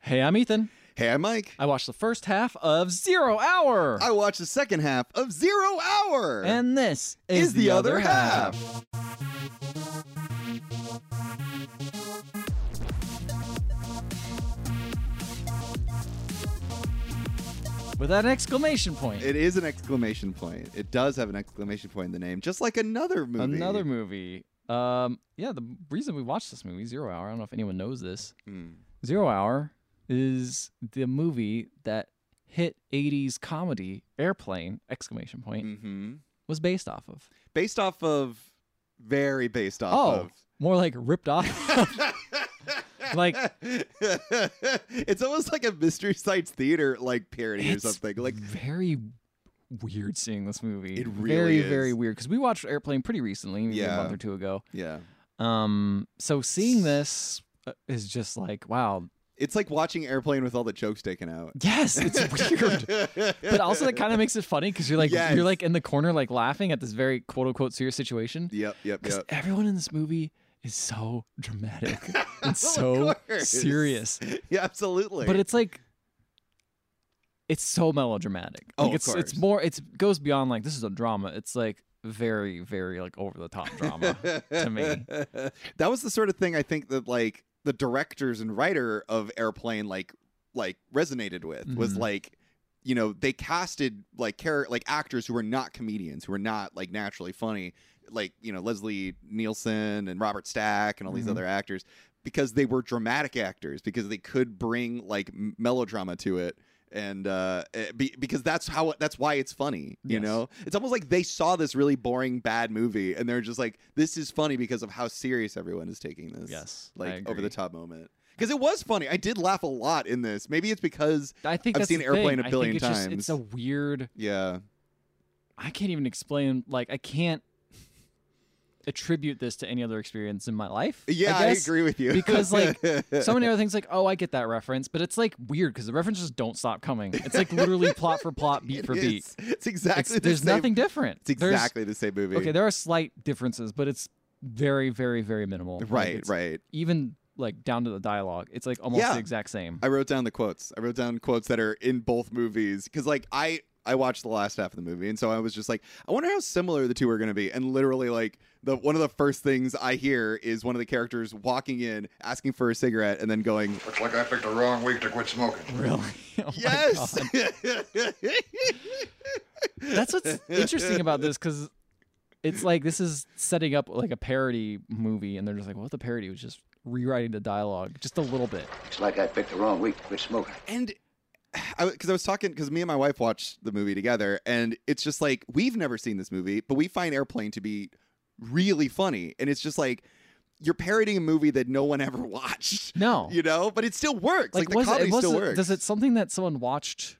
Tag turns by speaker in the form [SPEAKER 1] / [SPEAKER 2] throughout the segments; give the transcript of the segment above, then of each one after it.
[SPEAKER 1] Hey, I'm Ethan.
[SPEAKER 2] Hey, I'm Mike.
[SPEAKER 1] I watched the first half of Zero Hour.
[SPEAKER 2] I watched the second half of Zero Hour.
[SPEAKER 1] and this
[SPEAKER 2] is the, other half.
[SPEAKER 1] with an exclamation point.
[SPEAKER 2] It is an exclamation point. It does have an exclamation point in the name, just like another movie.
[SPEAKER 1] Another movie. Um, yeah, the reason we watched this movie, Zero Hour, I don't know if anyone knows this.
[SPEAKER 2] Mm.
[SPEAKER 1] Zero Hour is the movie that hit 80s comedy Airplane exclamation point
[SPEAKER 2] hmm
[SPEAKER 1] was based off of.
[SPEAKER 2] Based off of, very based
[SPEAKER 1] Oh,
[SPEAKER 2] off
[SPEAKER 1] more like ripped off. Oh. like
[SPEAKER 2] of. it's almost like a mystery science theater like parody
[SPEAKER 1] It's
[SPEAKER 2] or something. Like
[SPEAKER 1] very weird seeing this movie.
[SPEAKER 2] It really
[SPEAKER 1] very
[SPEAKER 2] is.
[SPEAKER 1] very weird because we watched Airplane pretty recently, maybe a
[SPEAKER 2] Yeah.
[SPEAKER 1] month or two ago.
[SPEAKER 2] yeah,
[SPEAKER 1] Um, so seeing this uh, is just like wow.
[SPEAKER 2] it's like watching Airplane with all the jokes taken out.
[SPEAKER 1] Yes, it's weird, but also that kind of makes it funny because you're like
[SPEAKER 2] Yes.
[SPEAKER 1] you're like in the corner like laughing at this very quote unquote serious situation.
[SPEAKER 2] Yep, yep,
[SPEAKER 1] Because
[SPEAKER 2] yep.
[SPEAKER 1] everyone in this movie is so dramatic and
[SPEAKER 2] Of
[SPEAKER 1] so
[SPEAKER 2] course.
[SPEAKER 1] serious.
[SPEAKER 2] Yeah, absolutely.
[SPEAKER 1] but it's like it's so melodramatic.
[SPEAKER 2] Oh,
[SPEAKER 1] Like
[SPEAKER 2] of
[SPEAKER 1] it's it's
[SPEAKER 2] course.
[SPEAKER 1] more it's goes beyond like this is a drama. It's like very very like over the top drama to me.
[SPEAKER 2] that was the sort of thing I think that like the directors and writer of Airplane like like resonated with was
[SPEAKER 1] Mhm.
[SPEAKER 2] like you know they casted like char- like actors who were not comedians who were not like naturally funny like you know Leslie Nielsen and Robert Stack and all these
[SPEAKER 1] Mhm.
[SPEAKER 2] other actors because they were dramatic actors because they could bring like m- melodrama to it and uh eh, be, because that's how that's why it's funny you
[SPEAKER 1] Yes.
[SPEAKER 2] know it's almost like they saw this really boring bad movie and they're just like this is funny because of how serious everyone is taking this
[SPEAKER 1] Yes, I
[SPEAKER 2] like
[SPEAKER 1] agree.
[SPEAKER 2] over the top moment because it was funny i did laugh a lot in this maybe it's because
[SPEAKER 1] I think
[SPEAKER 2] I've
[SPEAKER 1] that's
[SPEAKER 2] seen
[SPEAKER 1] the
[SPEAKER 2] Airplane
[SPEAKER 1] thing.
[SPEAKER 2] a
[SPEAKER 1] I think
[SPEAKER 2] billion
[SPEAKER 1] it's Just, it's
[SPEAKER 2] times.
[SPEAKER 1] a weird.
[SPEAKER 2] yeah
[SPEAKER 1] I can't even explain. Like I can't attribute this to any other experience in my life.
[SPEAKER 2] yeah
[SPEAKER 1] I,
[SPEAKER 2] i,
[SPEAKER 1] guess,
[SPEAKER 2] agree with you
[SPEAKER 1] because like so many other things like oh I get that reference, but it's like weird because the references just don't stop coming. It's like literally plot for plot, beat for
[SPEAKER 2] It
[SPEAKER 1] beat.
[SPEAKER 2] is. it's exactly
[SPEAKER 1] It's-
[SPEAKER 2] the
[SPEAKER 1] there's
[SPEAKER 2] same-
[SPEAKER 1] nothing different.
[SPEAKER 2] it's
[SPEAKER 1] There's-
[SPEAKER 2] exactly the same movie
[SPEAKER 1] Okay, there are slight differences, but it's very, very, very minimal. Like,
[SPEAKER 2] right
[SPEAKER 1] it's-
[SPEAKER 2] right
[SPEAKER 1] Even like down to the dialogue, it's like almost
[SPEAKER 2] Yeah.
[SPEAKER 1] the exact same.
[SPEAKER 2] I wrote down the quotes. I wrote down quotes that are in both movies because, like, I I watched the last half of the movie, and so I was just like, I wonder how similar the two are going to be. And literally, like, the one of the first things I hear is one of the characters walking in, asking for a cigarette, and then going,
[SPEAKER 3] Looks like I picked the wrong week to quit smoking.
[SPEAKER 1] really? Oh my
[SPEAKER 2] "Yes."
[SPEAKER 1] God. That's what's interesting about this because it's like this is setting up like a parody movie, and they're just like, "What the parody was just rewriting the dialogue just a little bit."
[SPEAKER 4] Looks like I picked the wrong week to quit smoking.
[SPEAKER 2] and because I, was talking because me and my wife watched the movie together and it's just like we've never seen this movie but we find airplane to be really funny and it's just like you're parodying a movie that no one ever watched
[SPEAKER 1] No.
[SPEAKER 2] you know but it still works like, the
[SPEAKER 1] was
[SPEAKER 2] comedy
[SPEAKER 1] it, was
[SPEAKER 2] still
[SPEAKER 1] it,
[SPEAKER 2] works
[SPEAKER 1] Does it something that someone watched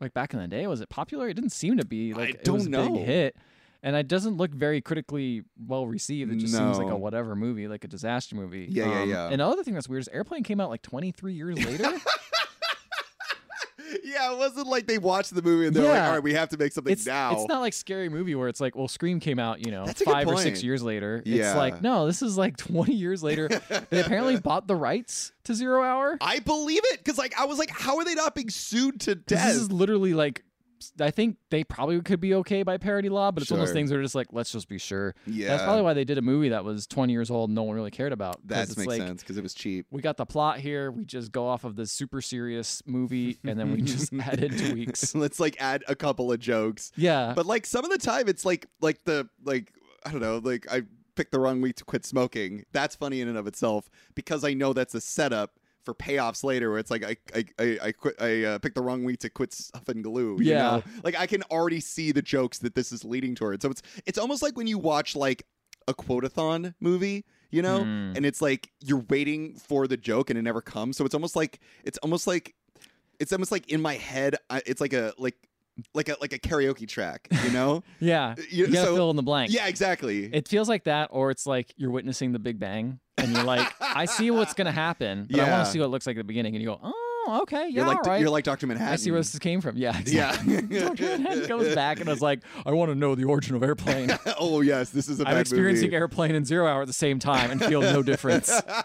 [SPEAKER 1] like back in the day? Was it popular? It didn't seem to be. Like it was
[SPEAKER 2] don't
[SPEAKER 1] a
[SPEAKER 2] know.
[SPEAKER 1] big hit. And it doesn't look very critically well received. It just seems like
[SPEAKER 2] No.
[SPEAKER 1] a whatever movie, like a disaster movie. Um,
[SPEAKER 2] Yeah, yeah, yeah.
[SPEAKER 1] And another thing that's weird is Airplane came out like 23 years later.
[SPEAKER 2] yeah it wasn't like they watched the movie and they're like
[SPEAKER 1] Yeah.
[SPEAKER 2] all right we have to make something
[SPEAKER 1] it's
[SPEAKER 2] now
[SPEAKER 1] it's not like scary movie where it's like, well, Scream came out, you know,
[SPEAKER 2] That's a good
[SPEAKER 1] five or six
[SPEAKER 2] point.
[SPEAKER 1] years later.
[SPEAKER 2] Yeah.
[SPEAKER 1] It's like, no, this is like 20 years later. they apparently bought the rights to Zero Hour.
[SPEAKER 2] i believe it because like i was like how are they not being sued to death
[SPEAKER 1] This is literally like, I think they probably could be okay by parody law, but it's one of those
[SPEAKER 2] Sure.
[SPEAKER 1] things where they're just like, let's just be sure. That's
[SPEAKER 2] Yeah.
[SPEAKER 1] probably why they did a movie that was 20 years old, and no one really cared about. 'cause
[SPEAKER 2] that
[SPEAKER 1] it's
[SPEAKER 2] makes
[SPEAKER 1] like,
[SPEAKER 2] sense because it was cheap
[SPEAKER 1] We got the plot here. We just go off of this super serious movie, and then we just added tweaks.
[SPEAKER 2] let's like add a couple of jokes
[SPEAKER 1] Yeah,
[SPEAKER 2] but like some of the time it's like like the like i don't know like i picked the wrong week to quit smoking that's funny in and of itself because i know that's a setup for payoffs later where it's like i i i, I quit i uh, picked the wrong week to quit stuffing glue you
[SPEAKER 1] Yeah.
[SPEAKER 2] know? like i can already see the jokes that this is leading toward so it's it's almost like when you watch like a quotathon movie you know
[SPEAKER 1] Mm.
[SPEAKER 2] and it's like you're waiting for the joke and it never comes so it's almost like it's almost like it's almost like in my head I, it's like a like like a like a karaoke track you know Uh,
[SPEAKER 1] yeah. You,
[SPEAKER 2] You-
[SPEAKER 1] gotta
[SPEAKER 2] so-
[SPEAKER 1] fill in the blank.
[SPEAKER 2] yeah exactly
[SPEAKER 1] It feels like that, or it's like you're witnessing the Big Bang, and you're like, I see what's gonna happen, but I want
[SPEAKER 2] Yeah.
[SPEAKER 1] to see what it looks like at the beginning, and you go, oh, okay, yeah,
[SPEAKER 2] you're like
[SPEAKER 1] all right.
[SPEAKER 2] you're like dr manhattan
[SPEAKER 1] I see where this came from. Yeah, exactly.
[SPEAKER 2] yeah
[SPEAKER 1] He comes back and I was like, I want to know the origin of airplane.
[SPEAKER 2] oh yes this is a
[SPEAKER 1] I'm
[SPEAKER 2] bad
[SPEAKER 1] experiencing
[SPEAKER 2] movie.
[SPEAKER 1] airplane and zero hour at the same time and feel no difference. I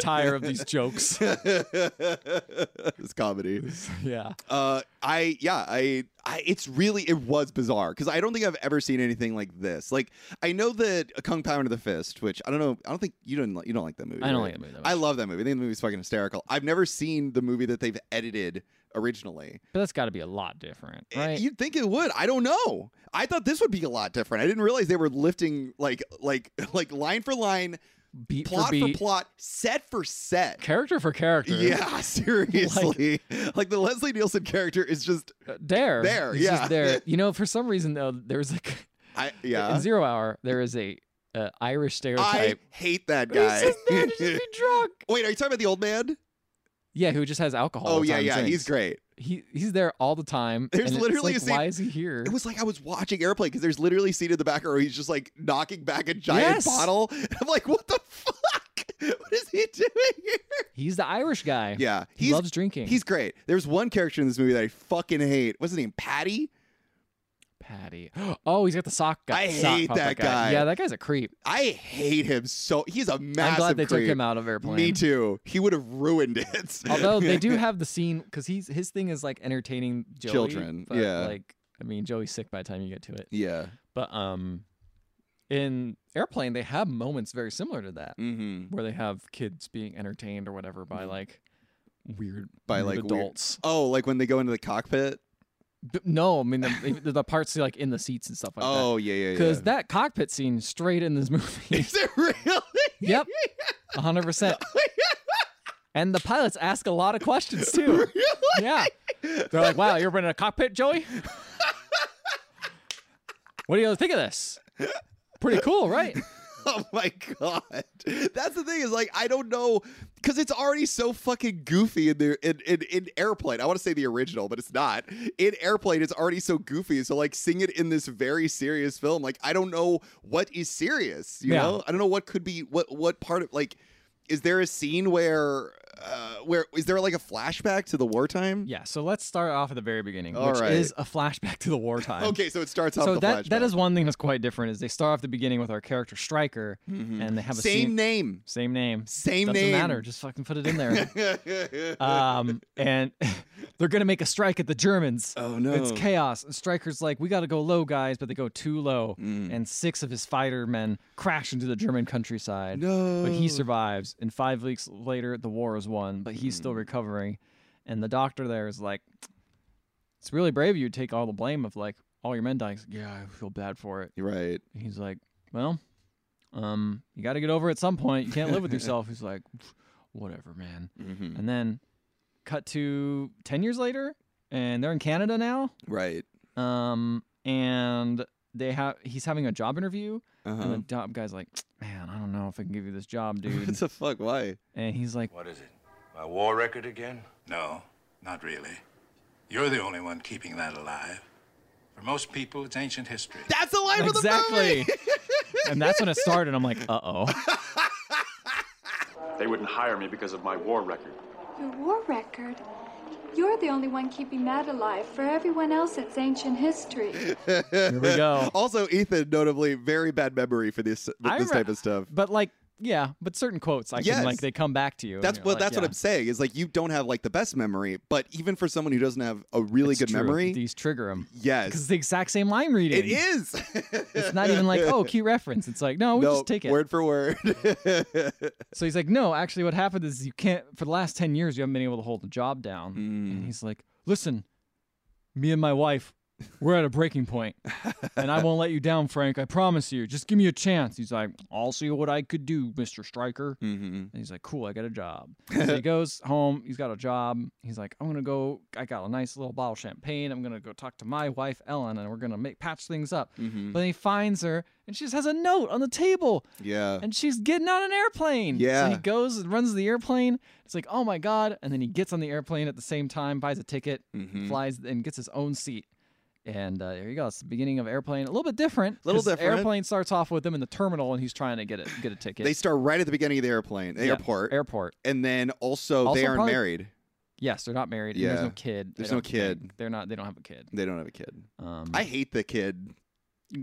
[SPEAKER 1] tire of these jokes.
[SPEAKER 2] it's comedy.
[SPEAKER 1] yeah.
[SPEAKER 2] Uh, I yeah, I, I it's really it was bizarre because I don't think I've ever seen anything like this. Like I know that Kung Pao into the Fist, which I don't know, I don't think you don't you don't like that movie.
[SPEAKER 1] I don't
[SPEAKER 2] right?
[SPEAKER 1] like that movie that
[SPEAKER 2] I
[SPEAKER 1] much.
[SPEAKER 2] love that movie. I think the movie's fucking hysterical. I've never seen the movie that they've edited originally.
[SPEAKER 1] But that's got to be a lot different,
[SPEAKER 2] Eh,
[SPEAKER 1] right?
[SPEAKER 2] You'd think it would. I don't know. I thought this would be a lot different. I didn't realize they were lifting like like like line for line,
[SPEAKER 1] beat
[SPEAKER 2] plot
[SPEAKER 1] for
[SPEAKER 2] for,
[SPEAKER 1] beat,
[SPEAKER 2] plot, set for set.
[SPEAKER 1] character for character.
[SPEAKER 2] Yeah, seriously. Like, the Leslie Nielsen character is just
[SPEAKER 1] Uh, There.
[SPEAKER 2] There,
[SPEAKER 1] It's just
[SPEAKER 2] yeah.
[SPEAKER 1] there. You know, for some reason though, there's like
[SPEAKER 2] I yeah.
[SPEAKER 1] in Zero Hour there is a uh, Irish
[SPEAKER 2] I
[SPEAKER 1] stereotype.
[SPEAKER 2] hate that
[SPEAKER 1] He's
[SPEAKER 2] guy.
[SPEAKER 1] just there to just be drunk.
[SPEAKER 2] Wait, are you talking about the old man?
[SPEAKER 1] Yeah, who just has alcohol. all
[SPEAKER 2] Oh
[SPEAKER 1] the
[SPEAKER 2] yeah,
[SPEAKER 1] time
[SPEAKER 2] yeah,
[SPEAKER 1] and
[SPEAKER 2] he's
[SPEAKER 1] sings.
[SPEAKER 2] great.
[SPEAKER 1] He he's there all the time.
[SPEAKER 2] There's
[SPEAKER 1] and it's
[SPEAKER 2] literally a
[SPEAKER 1] like,
[SPEAKER 2] scene-
[SPEAKER 1] why is he here?
[SPEAKER 2] It was like I was watching Airplane because there's literally a scene in the back where he's just like knocking back a giant
[SPEAKER 1] Yes.
[SPEAKER 2] bottle. I'm like, what the fuck? What is he doing here?
[SPEAKER 1] he's the Irish guy.
[SPEAKER 2] Yeah,
[SPEAKER 1] he
[SPEAKER 2] he's
[SPEAKER 1] loves drinking.
[SPEAKER 2] he's great. There's one character in this movie that I fucking hate. What's his name? Patty.
[SPEAKER 1] Patty. Oh, he's got the sock guy.
[SPEAKER 2] I
[SPEAKER 1] sock
[SPEAKER 2] hate
[SPEAKER 1] puppet
[SPEAKER 2] that guy.
[SPEAKER 1] Yeah, that guy's a creep.
[SPEAKER 2] I hate him so. He's a massive.
[SPEAKER 1] I'm glad they
[SPEAKER 2] creep.
[SPEAKER 1] took him out of airplane.
[SPEAKER 2] Me too. He would have ruined it.
[SPEAKER 1] Although they do have the scene because he's his thing is like entertaining Joey,
[SPEAKER 2] Children,
[SPEAKER 1] but,
[SPEAKER 2] yeah.
[SPEAKER 1] Like I mean, Joey's sick by the time you get to it.
[SPEAKER 2] yeah.
[SPEAKER 1] But um, in airplane they have moments very similar to that
[SPEAKER 2] Mm-hmm.
[SPEAKER 1] where they have kids being entertained or whatever by like weird
[SPEAKER 2] By,
[SPEAKER 1] weird
[SPEAKER 2] like, Mm-hmm. weird-
[SPEAKER 1] adults.
[SPEAKER 2] Oh, like when they go into the cockpit.
[SPEAKER 1] B- no, I mean the, the- the parts like in the seats and stuff like that.
[SPEAKER 2] oh yeah, yeah, yeah.
[SPEAKER 1] Because that cockpit scene straight in this movie.
[SPEAKER 2] Is it really?
[SPEAKER 1] yep, hundred percent. And the pilots ask a lot of questions too.
[SPEAKER 2] Really?
[SPEAKER 1] Yeah. They're like, wow, you're in a cockpit, Joey? what do you think of this? Pretty cool, right?
[SPEAKER 2] Oh my god. That's the thing is like I don't know because it's already so fucking goofy in the in, in in airplane. I want to say the original, but it's not. In airplane, it's already so goofy. So like seeing it in this very serious film, like I don't know what is serious. You
[SPEAKER 1] Yeah.
[SPEAKER 2] know, I don't know what could be what what part of like. Is there a scene where uh where is there like a flashback to the wartime?
[SPEAKER 1] Yeah, so let's start off at the very beginning,
[SPEAKER 2] All
[SPEAKER 1] which
[SPEAKER 2] right.
[SPEAKER 1] is a flashback to the wartime.
[SPEAKER 2] Okay, so it starts off
[SPEAKER 1] So
[SPEAKER 2] the
[SPEAKER 1] that,
[SPEAKER 2] flashback.
[SPEAKER 1] that is one thing that's quite different is they start off the beginning with our character Stryker and they have a
[SPEAKER 2] Mm-hmm. same
[SPEAKER 1] scene,
[SPEAKER 2] name.
[SPEAKER 1] same name.
[SPEAKER 2] Same
[SPEAKER 1] Doesn't
[SPEAKER 2] name.
[SPEAKER 1] matter, just fucking put it in there. um, and they're gonna make a strike at the Germans.
[SPEAKER 2] Oh, no.
[SPEAKER 1] It's chaos. And Stryker's like, we gotta go low, guys, but they go too low,
[SPEAKER 2] Mm.
[SPEAKER 1] and six of his fighter men crash into the German countryside.
[SPEAKER 2] no.
[SPEAKER 1] But he survives, and five weeks later, the war is won, but he's still recovering. And the doctor there is like, it's really brave of you to take all the blame of like all your men dying. He's like, yeah, I feel bad for it.
[SPEAKER 2] You're right.
[SPEAKER 1] And he's like, well, um, you got to get over it at some point. You can't live with yourself. He's like, whatever, man.
[SPEAKER 2] Mhm.
[SPEAKER 1] And then cut to 10 years later, and they're in Canada now.
[SPEAKER 2] Right.
[SPEAKER 1] Um, and they have he's having a job interview, and
[SPEAKER 2] Uh-huh.
[SPEAKER 1] the job guy's like, man, I don't know if I can give you this job, dude.
[SPEAKER 2] What the fuck? Why?
[SPEAKER 1] and he's like,
[SPEAKER 5] What is it? My war record again?
[SPEAKER 6] No, not really. You're the only one keeping that alive. For most people, it's ancient history.
[SPEAKER 2] That's the line of the movie.
[SPEAKER 1] exactly. and that's when it started. I'm like, uh oh.
[SPEAKER 7] They wouldn't hire me because of my war record.
[SPEAKER 8] Your war record? You're the only one keeping that alive. For everyone else, it's ancient history.
[SPEAKER 1] Here we go.
[SPEAKER 2] Also, Ethan, notably, very bad memory for this this
[SPEAKER 1] I re-
[SPEAKER 2] type of stuff.
[SPEAKER 1] But like, yeah, but certain quotes I
[SPEAKER 2] Yes.
[SPEAKER 1] can like they come back to you. and
[SPEAKER 2] That's
[SPEAKER 1] you're
[SPEAKER 2] well,
[SPEAKER 1] like,
[SPEAKER 2] that's what
[SPEAKER 1] yeah,
[SPEAKER 2] I'm saying. Is like you don't have like the best memory, but even for someone who doesn't have a really
[SPEAKER 1] it's
[SPEAKER 2] good
[SPEAKER 1] true.
[SPEAKER 2] memory,
[SPEAKER 1] These trigger him. Because it's
[SPEAKER 2] yes,
[SPEAKER 1] the exact same line reading.
[SPEAKER 2] it is.
[SPEAKER 1] It's not even like, oh, cute reference. It's like, no, we
[SPEAKER 2] no,
[SPEAKER 1] just take it.
[SPEAKER 2] word for word.
[SPEAKER 1] So he's like, no, actually, what happened is you can't, for the last 10 years, you haven't been able to hold the job down. And he's like, listen, me and my wife, we're at a breaking point, And I won't let you down, Frank. I promise you. Just give me a chance. He's like, I'll see what I could do, Mr. Stryker.
[SPEAKER 2] mm-hmm.
[SPEAKER 1] And he's like, cool, I got a job. So he goes home. He's got a job. He's like, I'm going to go. I got a nice little bottle of champagne. I'm going to go talk to my wife, Ellen, and we're going to make patch things up. But then he finds her, and she just has a note on the table
[SPEAKER 2] Yeah.
[SPEAKER 1] and she's getting on an airplane.
[SPEAKER 2] Yeah.
[SPEAKER 1] So he goes and runs to the airplane. It's like, oh my God. And then he gets on the airplane at the same time, buys a ticket,
[SPEAKER 2] Mhm.
[SPEAKER 1] flies, and gets his own seat. And uh, there you go. It's the beginning of airplane. A little bit different.
[SPEAKER 2] Little
[SPEAKER 1] 'cause
[SPEAKER 2] different.
[SPEAKER 1] Airplane starts off with him in the terminal, and he's trying to get it, get a ticket.
[SPEAKER 2] They start right at the beginning of the airplane, the
[SPEAKER 1] Yeah,
[SPEAKER 2] airport,
[SPEAKER 1] Airport.
[SPEAKER 2] and then also,
[SPEAKER 1] Also
[SPEAKER 2] they aren't
[SPEAKER 1] probably-
[SPEAKER 2] married.
[SPEAKER 1] Yes, they're not married. and
[SPEAKER 2] Yeah.
[SPEAKER 1] there's no kid. They
[SPEAKER 2] There's no
[SPEAKER 1] don't- they-
[SPEAKER 2] kid.
[SPEAKER 1] They're not. They don't have a kid.
[SPEAKER 2] They don't have a kid.
[SPEAKER 1] Um,
[SPEAKER 2] I hate the kid.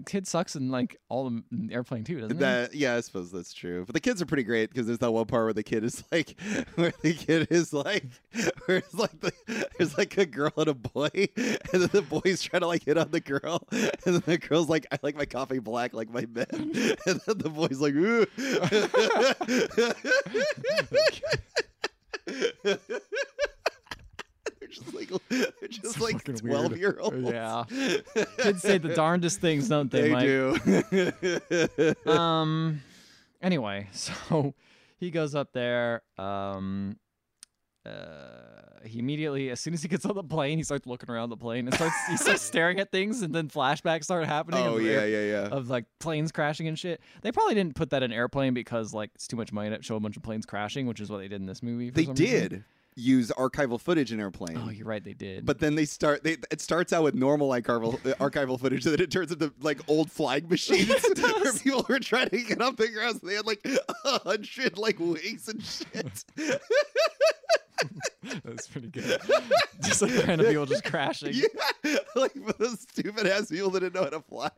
[SPEAKER 1] kid sucks in like all the in the airplane too, doesn't he?
[SPEAKER 2] That yeah, I suppose that's true. But the kids are pretty great because there's that one part where the kid is like, where the kid is like, where it's like the, there's like a girl and a boy, and then the boy's trying to like hit on the girl, and then the girl's like, I like my coffee black, like my men, and then the boy's like, ooh. they're just like they're just like
[SPEAKER 1] fucking weird.
[SPEAKER 2] twelve year olds.
[SPEAKER 1] Yeah. Kids say the darndest things, don't they?
[SPEAKER 2] They
[SPEAKER 1] Mike?
[SPEAKER 2] do.
[SPEAKER 1] um anyway so he goes up there um uh he immediately as soon as he gets on the plane he starts looking around the plane and starts he starts staring at things and then flashbacks start happening
[SPEAKER 2] oh
[SPEAKER 1] of,
[SPEAKER 2] yeah, yeah, yeah.
[SPEAKER 1] of like planes crashing and shit they probably didn't put that in airplane because like it's too much money to show a bunch of planes crashing which is what they did in this movie for
[SPEAKER 2] they
[SPEAKER 1] some reason.
[SPEAKER 2] did use archival footage in airplane
[SPEAKER 1] oh you're right they did
[SPEAKER 2] but then they start they it starts out with normal archival uh, archival footage and then it turns into like old flying machines where people were trying to get off the ground so they had like a hundred like wings and shit
[SPEAKER 1] that's pretty good just like random people just crashing
[SPEAKER 2] yeah like for those stupid ass people that didn't know how to fly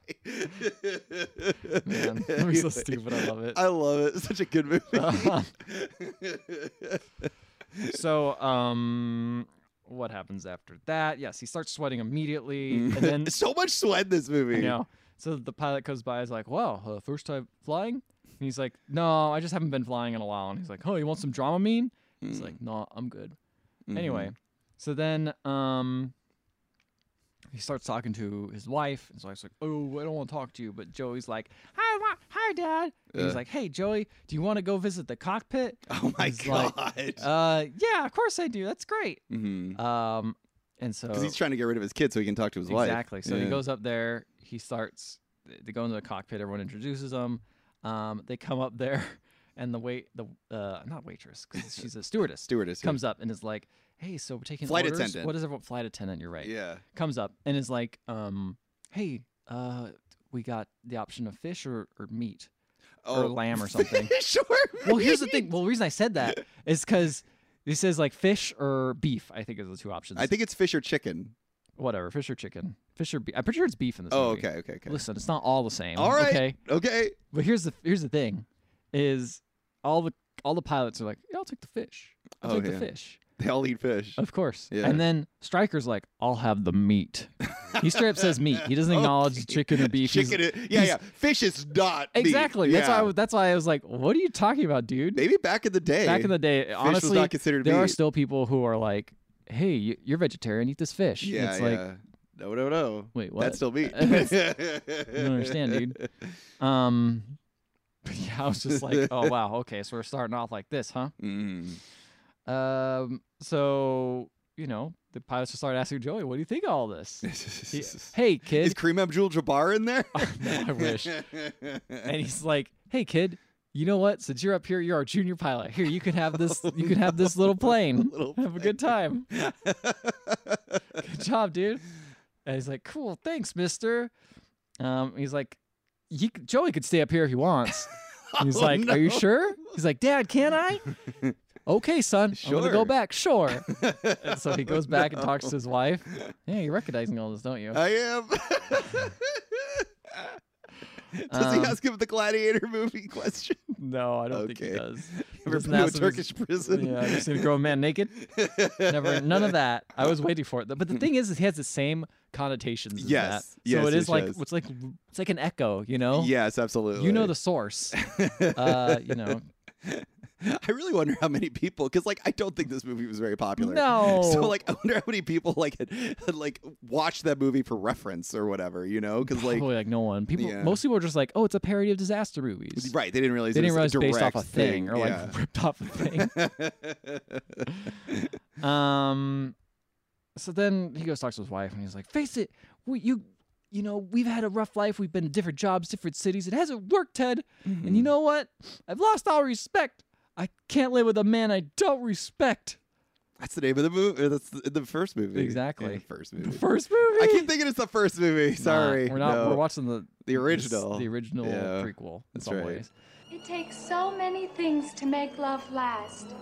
[SPEAKER 1] man that movie's so stupid i love it Uh-huh.
[SPEAKER 2] i love it it's such a good movie
[SPEAKER 1] So, um, what happens after that? Yes, he starts sweating immediately,
[SPEAKER 2] Mm.
[SPEAKER 1] and then
[SPEAKER 2] so much sweat in this movie
[SPEAKER 1] you know, so the pilot goes by is like, "Wow, uh, first time flying," and he's like, "No, I just haven't been flying in a while." And he's like, "Oh, you want some Dramamine?" He's
[SPEAKER 2] Mm.
[SPEAKER 1] like, "No, I'm good."
[SPEAKER 2] Mm-hmm.
[SPEAKER 1] Anyway, so then, um. He starts talking to his wife, and his wife's like, "Oh, I don't want to talk to you." But Joey's like, "Hi, wa- hi, Dad." And he's like, "Hey, Joey, do you want to go visit the cockpit?"
[SPEAKER 2] oh my
[SPEAKER 1] He's
[SPEAKER 2] god
[SPEAKER 1] like, uh, yeah, of course I do. That's great.
[SPEAKER 2] Mhm.
[SPEAKER 1] Um, and so
[SPEAKER 2] Because he's trying to get rid of his kid so he can talk to his wife.
[SPEAKER 1] exactly. So he
[SPEAKER 2] Yeah.
[SPEAKER 1] goes up there. He starts. They go into the cockpit. Everyone introduces them. Um, they come up there, and the wait the uh not waitress 'cause she's a stewardess.
[SPEAKER 2] Stewardess, yeah.
[SPEAKER 1] comes up and is like, "Hey, so we're taking
[SPEAKER 2] Flight
[SPEAKER 1] orders?
[SPEAKER 2] attendant.
[SPEAKER 1] What is everyone? Flight attendant. You're right.
[SPEAKER 2] Yeah.
[SPEAKER 1] Comes up and is like, um, "Hey, uh, we got the option of fish or, or meat
[SPEAKER 2] Oh.
[SPEAKER 1] or lamb or something."
[SPEAKER 2] sure.
[SPEAKER 1] well, here's the thing. Well, the reason I said that is because he says like fish or beef. I think is the two options.
[SPEAKER 2] I think it's fish or chicken.
[SPEAKER 1] whatever, fish or chicken, fish or beef. I'm pretty sure it's beef in this.
[SPEAKER 2] Oh,
[SPEAKER 1] movie.
[SPEAKER 2] okay, okay, okay.
[SPEAKER 1] Listen, it's not all the same.
[SPEAKER 2] All right.
[SPEAKER 1] Okay,
[SPEAKER 2] Okay.
[SPEAKER 1] but here's the here's the thing, is all the all the pilots are like, yeah, I'll take the fish. I'll
[SPEAKER 2] Oh,
[SPEAKER 1] take
[SPEAKER 2] yeah.
[SPEAKER 1] the fish.
[SPEAKER 2] They all eat fish.
[SPEAKER 1] Of course.
[SPEAKER 2] Yeah.
[SPEAKER 1] And then Stryker's like, I'll have the meat. He straight up says meat. He doesn't acknowledge chicken or beef. He's-
[SPEAKER 2] Chicken. i- yeah,
[SPEAKER 1] he's-
[SPEAKER 2] yeah. Fish is not. meat.
[SPEAKER 1] Exactly. That's why. I,
[SPEAKER 2] Yeah.
[SPEAKER 1] was- that's why I was like, "What are you talking about, dude?"
[SPEAKER 2] Maybe back in the day.
[SPEAKER 1] back in the day, honestly,
[SPEAKER 2] not considered
[SPEAKER 1] there are
[SPEAKER 2] meat.
[SPEAKER 1] still people who are like, "Hey, y- you're vegetarian. Eat this fish."
[SPEAKER 2] Yeah,
[SPEAKER 1] it's
[SPEAKER 2] yeah.
[SPEAKER 1] like
[SPEAKER 2] no, no, no.
[SPEAKER 1] Wait, what?
[SPEAKER 2] That's still meat.
[SPEAKER 1] I don't understand, dude. Um, yeah, I was just like, "Oh wow, okay, so we're starting off like this, huh?"
[SPEAKER 2] Mm.
[SPEAKER 1] Um, so you know, the pilots just started asking Joey, "What do you think of all this?" He- hey, kid.
[SPEAKER 2] Is Kareem Abdul-Jabbar in there?
[SPEAKER 1] No, I wish. and he's like, "Hey, kid." You know what? Since you're up here, you're our junior pilot. Here, you can have this. You can have this little plane.
[SPEAKER 2] Little
[SPEAKER 1] have a good time. good job, dude. And he's like, cool, thanks, mister. Um, he's like, he, c- Joey could stay up here if he wants. And he's
[SPEAKER 2] Oh,
[SPEAKER 1] like, are you
[SPEAKER 2] no.
[SPEAKER 1] sure? He's like, Dad, can I? okay, son, I'm gonna go
[SPEAKER 2] Sure.
[SPEAKER 1] back. Sure. and so he goes back and talks to his wife. Yeah, you're recognizing all this, don't you?
[SPEAKER 2] I am. Does
[SPEAKER 1] Um,
[SPEAKER 2] he ask him the gladiator movie question?
[SPEAKER 1] no, I don't think he
[SPEAKER 2] okay.
[SPEAKER 1] does. He
[SPEAKER 2] Ever
[SPEAKER 1] doesn't
[SPEAKER 2] been to a
[SPEAKER 1] ask if he's-
[SPEAKER 2] Turkish prison?
[SPEAKER 1] Yeah, I've just seen a grown man naked. Never, none of that. I was waiting for it, but the thing is, is he has the same connotations. As
[SPEAKER 2] Yes,
[SPEAKER 1] that.
[SPEAKER 2] yes,
[SPEAKER 1] so it
[SPEAKER 2] it
[SPEAKER 1] is like
[SPEAKER 2] does.
[SPEAKER 1] it's like it's like an echo, you know.
[SPEAKER 2] Yes, absolutely.
[SPEAKER 1] you know the source. uh, you know,
[SPEAKER 2] I really wonder how many people, because like I don't think this movie was very popular.
[SPEAKER 1] No.
[SPEAKER 2] So like I wonder how many people like had, had like watched that movie for reference or whatever, you know? Because like,
[SPEAKER 1] probably like no one. People,
[SPEAKER 2] yeah.
[SPEAKER 1] most people are just like, oh, it's a parody of disaster movies.
[SPEAKER 2] right? They didn't realize
[SPEAKER 1] They
[SPEAKER 2] it
[SPEAKER 1] didn't realize
[SPEAKER 2] was a
[SPEAKER 1] based off a
[SPEAKER 2] direct
[SPEAKER 1] thing, or
[SPEAKER 2] yeah.
[SPEAKER 1] like ripped off a thing. um, so then he goes talks to his wife, and he's like, "Face it, we, you, you know, we've had a rough life. We've been to different jobs, different cities. It hasn't worked, Ted. And you
[SPEAKER 2] Mm-hmm.
[SPEAKER 1] know what? I've lost all respect. I can't live with a man I don't respect."
[SPEAKER 2] that's the name of the movie. That's the, the first movie.
[SPEAKER 1] Exactly.
[SPEAKER 2] Yeah, first movie.
[SPEAKER 1] First movie.
[SPEAKER 2] I keep thinking it's the first movie. Sorry,
[SPEAKER 1] we're not.
[SPEAKER 2] No.
[SPEAKER 1] We're watching the
[SPEAKER 2] The
[SPEAKER 1] this-
[SPEAKER 2] original.
[SPEAKER 1] the original
[SPEAKER 2] Yeah.
[SPEAKER 1] prequel. In
[SPEAKER 2] That's
[SPEAKER 1] some
[SPEAKER 2] right.
[SPEAKER 1] ways.
[SPEAKER 8] It takes so many things to make love last.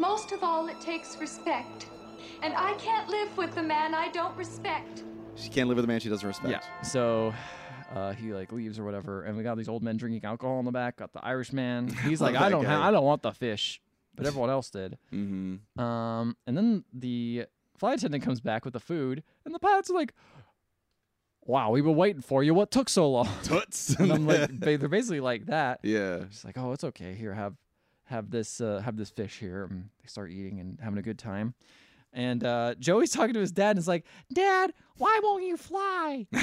[SPEAKER 8] Most of all, it takes respect. And I can't live with the man I don't respect.
[SPEAKER 2] She can't live with a man she doesn't respect.
[SPEAKER 1] Yeah. So, Uh, he like leaves or whatever, and we got these old men drinking alcohol in the back. Got the Irishman. He's like,
[SPEAKER 2] Love
[SPEAKER 1] I
[SPEAKER 2] that
[SPEAKER 1] don't, ha-
[SPEAKER 2] guy.
[SPEAKER 1] I don't want the fish, but everyone else did.
[SPEAKER 2] Mm-hmm.
[SPEAKER 1] Um, and then the flight attendant comes back with the food, and the pilots are like, "Wow, we've been waiting for you. What took so long?"
[SPEAKER 2] Toots.
[SPEAKER 1] And I'm like, ba- they're basically like that.
[SPEAKER 2] yeah.
[SPEAKER 1] She's like, "Oh, it's okay. Here, have have this uh, have this fish here." And they start eating and having a good time. And uh, Joey's talking to his dad and is like, "Dad, why won't you fly? Well,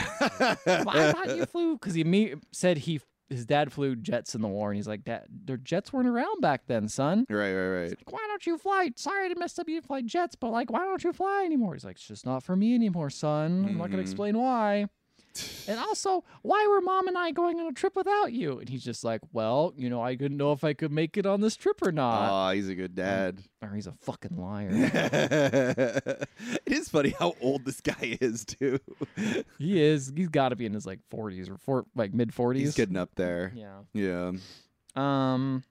[SPEAKER 1] I thought you flew." Because he me- said he his dad flew jets in the war, and he's like, "Dad, their jets weren't around back then, son."
[SPEAKER 2] Right, right, right.
[SPEAKER 1] Like, why don't you fly? Sorry to mess up you fly jets, but like, why don't you fly anymore? He's like, it's just not for me anymore, son. I'm
[SPEAKER 2] Mm-hmm.
[SPEAKER 1] not gonna explain why. and also, why were mom and I going on a trip without you? And he's just like, well, you know, I didn't know if I could make it on this trip or
[SPEAKER 2] Uh,
[SPEAKER 1] not.
[SPEAKER 2] Aw, he's a good dad.
[SPEAKER 1] or he's a fucking liar.
[SPEAKER 2] it is funny how old this guy is too.
[SPEAKER 1] he is. He's got to be in his like 40s or four, like mid 40s.
[SPEAKER 2] He's getting up there.
[SPEAKER 1] Yeah.
[SPEAKER 2] Yeah.
[SPEAKER 1] Um.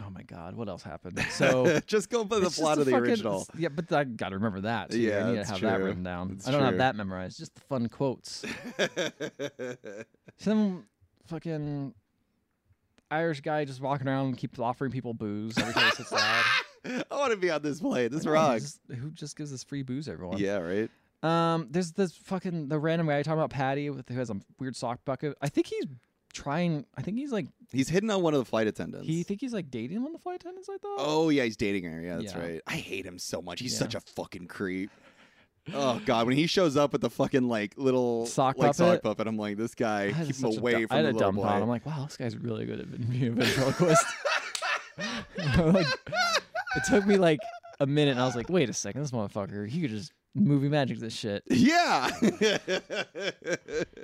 [SPEAKER 1] Oh my God, what else happened? So.
[SPEAKER 2] just go by the
[SPEAKER 1] It's just
[SPEAKER 2] plot
[SPEAKER 1] a
[SPEAKER 2] of the
[SPEAKER 1] fucking-
[SPEAKER 2] original.
[SPEAKER 1] it's- Yeah, but I got to remember that. too. I
[SPEAKER 2] Yeah,
[SPEAKER 1] need to
[SPEAKER 2] that's
[SPEAKER 1] have that
[SPEAKER 2] true.
[SPEAKER 1] written down.
[SPEAKER 2] That's
[SPEAKER 1] I don't have
[SPEAKER 2] true.
[SPEAKER 1] that memorized. Just the fun quotes. Some fucking Irish guy just walking around keeps offering people booze every time he sits down.
[SPEAKER 2] I want to be on this plane. This
[SPEAKER 1] Who
[SPEAKER 2] rocks.
[SPEAKER 1] just- Who just gives us free booze, everyone?
[SPEAKER 2] Yeah, right.
[SPEAKER 1] Um, there's this fucking the random guy talking about Patty with who has a weird sock bucket. I think he's trying. I think he's like
[SPEAKER 2] He's hitting on one of the flight attendants.
[SPEAKER 1] he think he's like dating one of the flight attendants. I thought.
[SPEAKER 2] oh yeah, he's dating her. Yeah, that's
[SPEAKER 1] Yeah.
[SPEAKER 2] right. I hate him so much. He's
[SPEAKER 1] Yeah.
[SPEAKER 2] such a fucking creep. Oh god, when he shows up with the fucking like little
[SPEAKER 1] Sock
[SPEAKER 2] like sock
[SPEAKER 1] puppet.
[SPEAKER 2] puppet, I'm like, this guy
[SPEAKER 1] I had
[SPEAKER 2] keep him
[SPEAKER 1] such a
[SPEAKER 2] away
[SPEAKER 1] du-
[SPEAKER 2] from
[SPEAKER 1] I had
[SPEAKER 2] the
[SPEAKER 1] a
[SPEAKER 2] little
[SPEAKER 1] dumb
[SPEAKER 2] boy.
[SPEAKER 1] thought. I'm like, wow, this guy's really good at being a ventriloquist. like, it took me like a minute, and I was like, wait a second, this motherfucker, he could just movie magic this shit.
[SPEAKER 2] Yeah.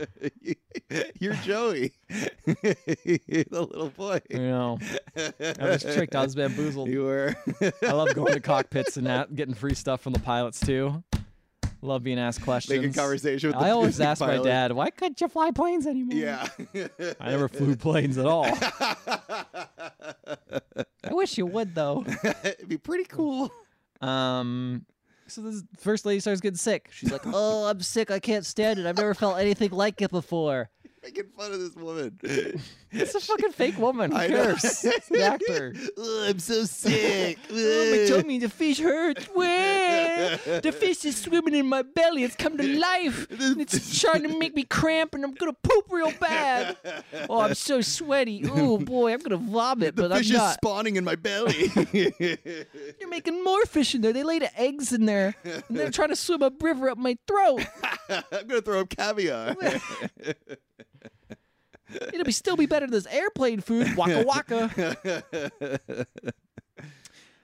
[SPEAKER 2] You're Joey. the little boy.
[SPEAKER 1] You know, I was tricked. I was bamboozled.
[SPEAKER 2] You were.
[SPEAKER 1] I love going to cockpits and that, getting free stuff from the pilots too. Love being asked questions.
[SPEAKER 2] Making conversation with the
[SPEAKER 1] I always
[SPEAKER 2] the
[SPEAKER 1] ask my
[SPEAKER 2] pilot.
[SPEAKER 1] dad, why couldn't you fly planes anymore?
[SPEAKER 2] Yeah.
[SPEAKER 1] I never flew planes at all. I wish you would though.
[SPEAKER 2] It'd be pretty cool.
[SPEAKER 1] Um, so this first lady starts getting sick. She's like, "Oh, I'm sick. I can't stand it. I've never felt anything like it before."
[SPEAKER 2] Making fun of this woman.
[SPEAKER 1] It's a fucking fake woman. Who
[SPEAKER 2] I know.
[SPEAKER 1] cares? It's an actor.
[SPEAKER 2] Ugh, I'm so sick.
[SPEAKER 1] Oh, my
[SPEAKER 2] Ugh.
[SPEAKER 1] tummy, the fish hurts. Well, the fish is swimming in my belly. It's come to life. And it's trying to make me cramp, and I'm gonna poop real bad. Oh, I'm so sweaty. Oh boy, I'm gonna vomit, but
[SPEAKER 2] Fish
[SPEAKER 1] I'm
[SPEAKER 2] is
[SPEAKER 1] not.
[SPEAKER 2] spawning in my belly.
[SPEAKER 1] You're making more fish in there. They laid eggs in there, and they're trying to swim up river up my throat.
[SPEAKER 2] I'm gonna throw up caviar.
[SPEAKER 1] It'll be still be better than this airplane food. Waka waka.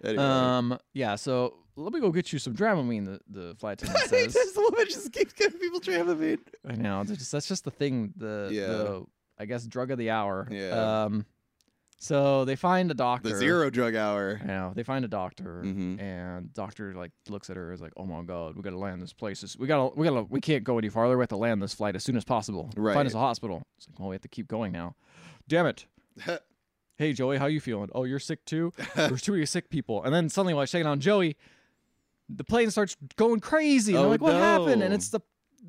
[SPEAKER 2] Anyway.
[SPEAKER 1] um. Yeah. So let me go get you some Dramamine. The the flight attendant says.
[SPEAKER 2] this woman just keeps giving people Dramamine.
[SPEAKER 1] I know. That's just, that's just the thing. The
[SPEAKER 2] Yeah.
[SPEAKER 1] the I guess drug of the hour.
[SPEAKER 2] Yeah.
[SPEAKER 1] Um. So they find a doctor.
[SPEAKER 2] The zero drug hour.
[SPEAKER 1] I know. They find a doctor,
[SPEAKER 2] Mhm.
[SPEAKER 1] and doctor like looks at her is like, "Oh my god, we gotta land this place. This- We gotta, we gotta, we can't go any farther. We have to land this flight as soon as possible.
[SPEAKER 2] Right.
[SPEAKER 1] Find us a hospital." It's like, "Well, we have to keep going now. Damn it." hey Joey, how you feeling? Oh, you're sick too. There's too many sick people. And then suddenly, while I was checking on Joey, the plane starts going crazy. And
[SPEAKER 2] Oh,
[SPEAKER 1] they're like, what happened? And
[SPEAKER 2] no.
[SPEAKER 1] it's the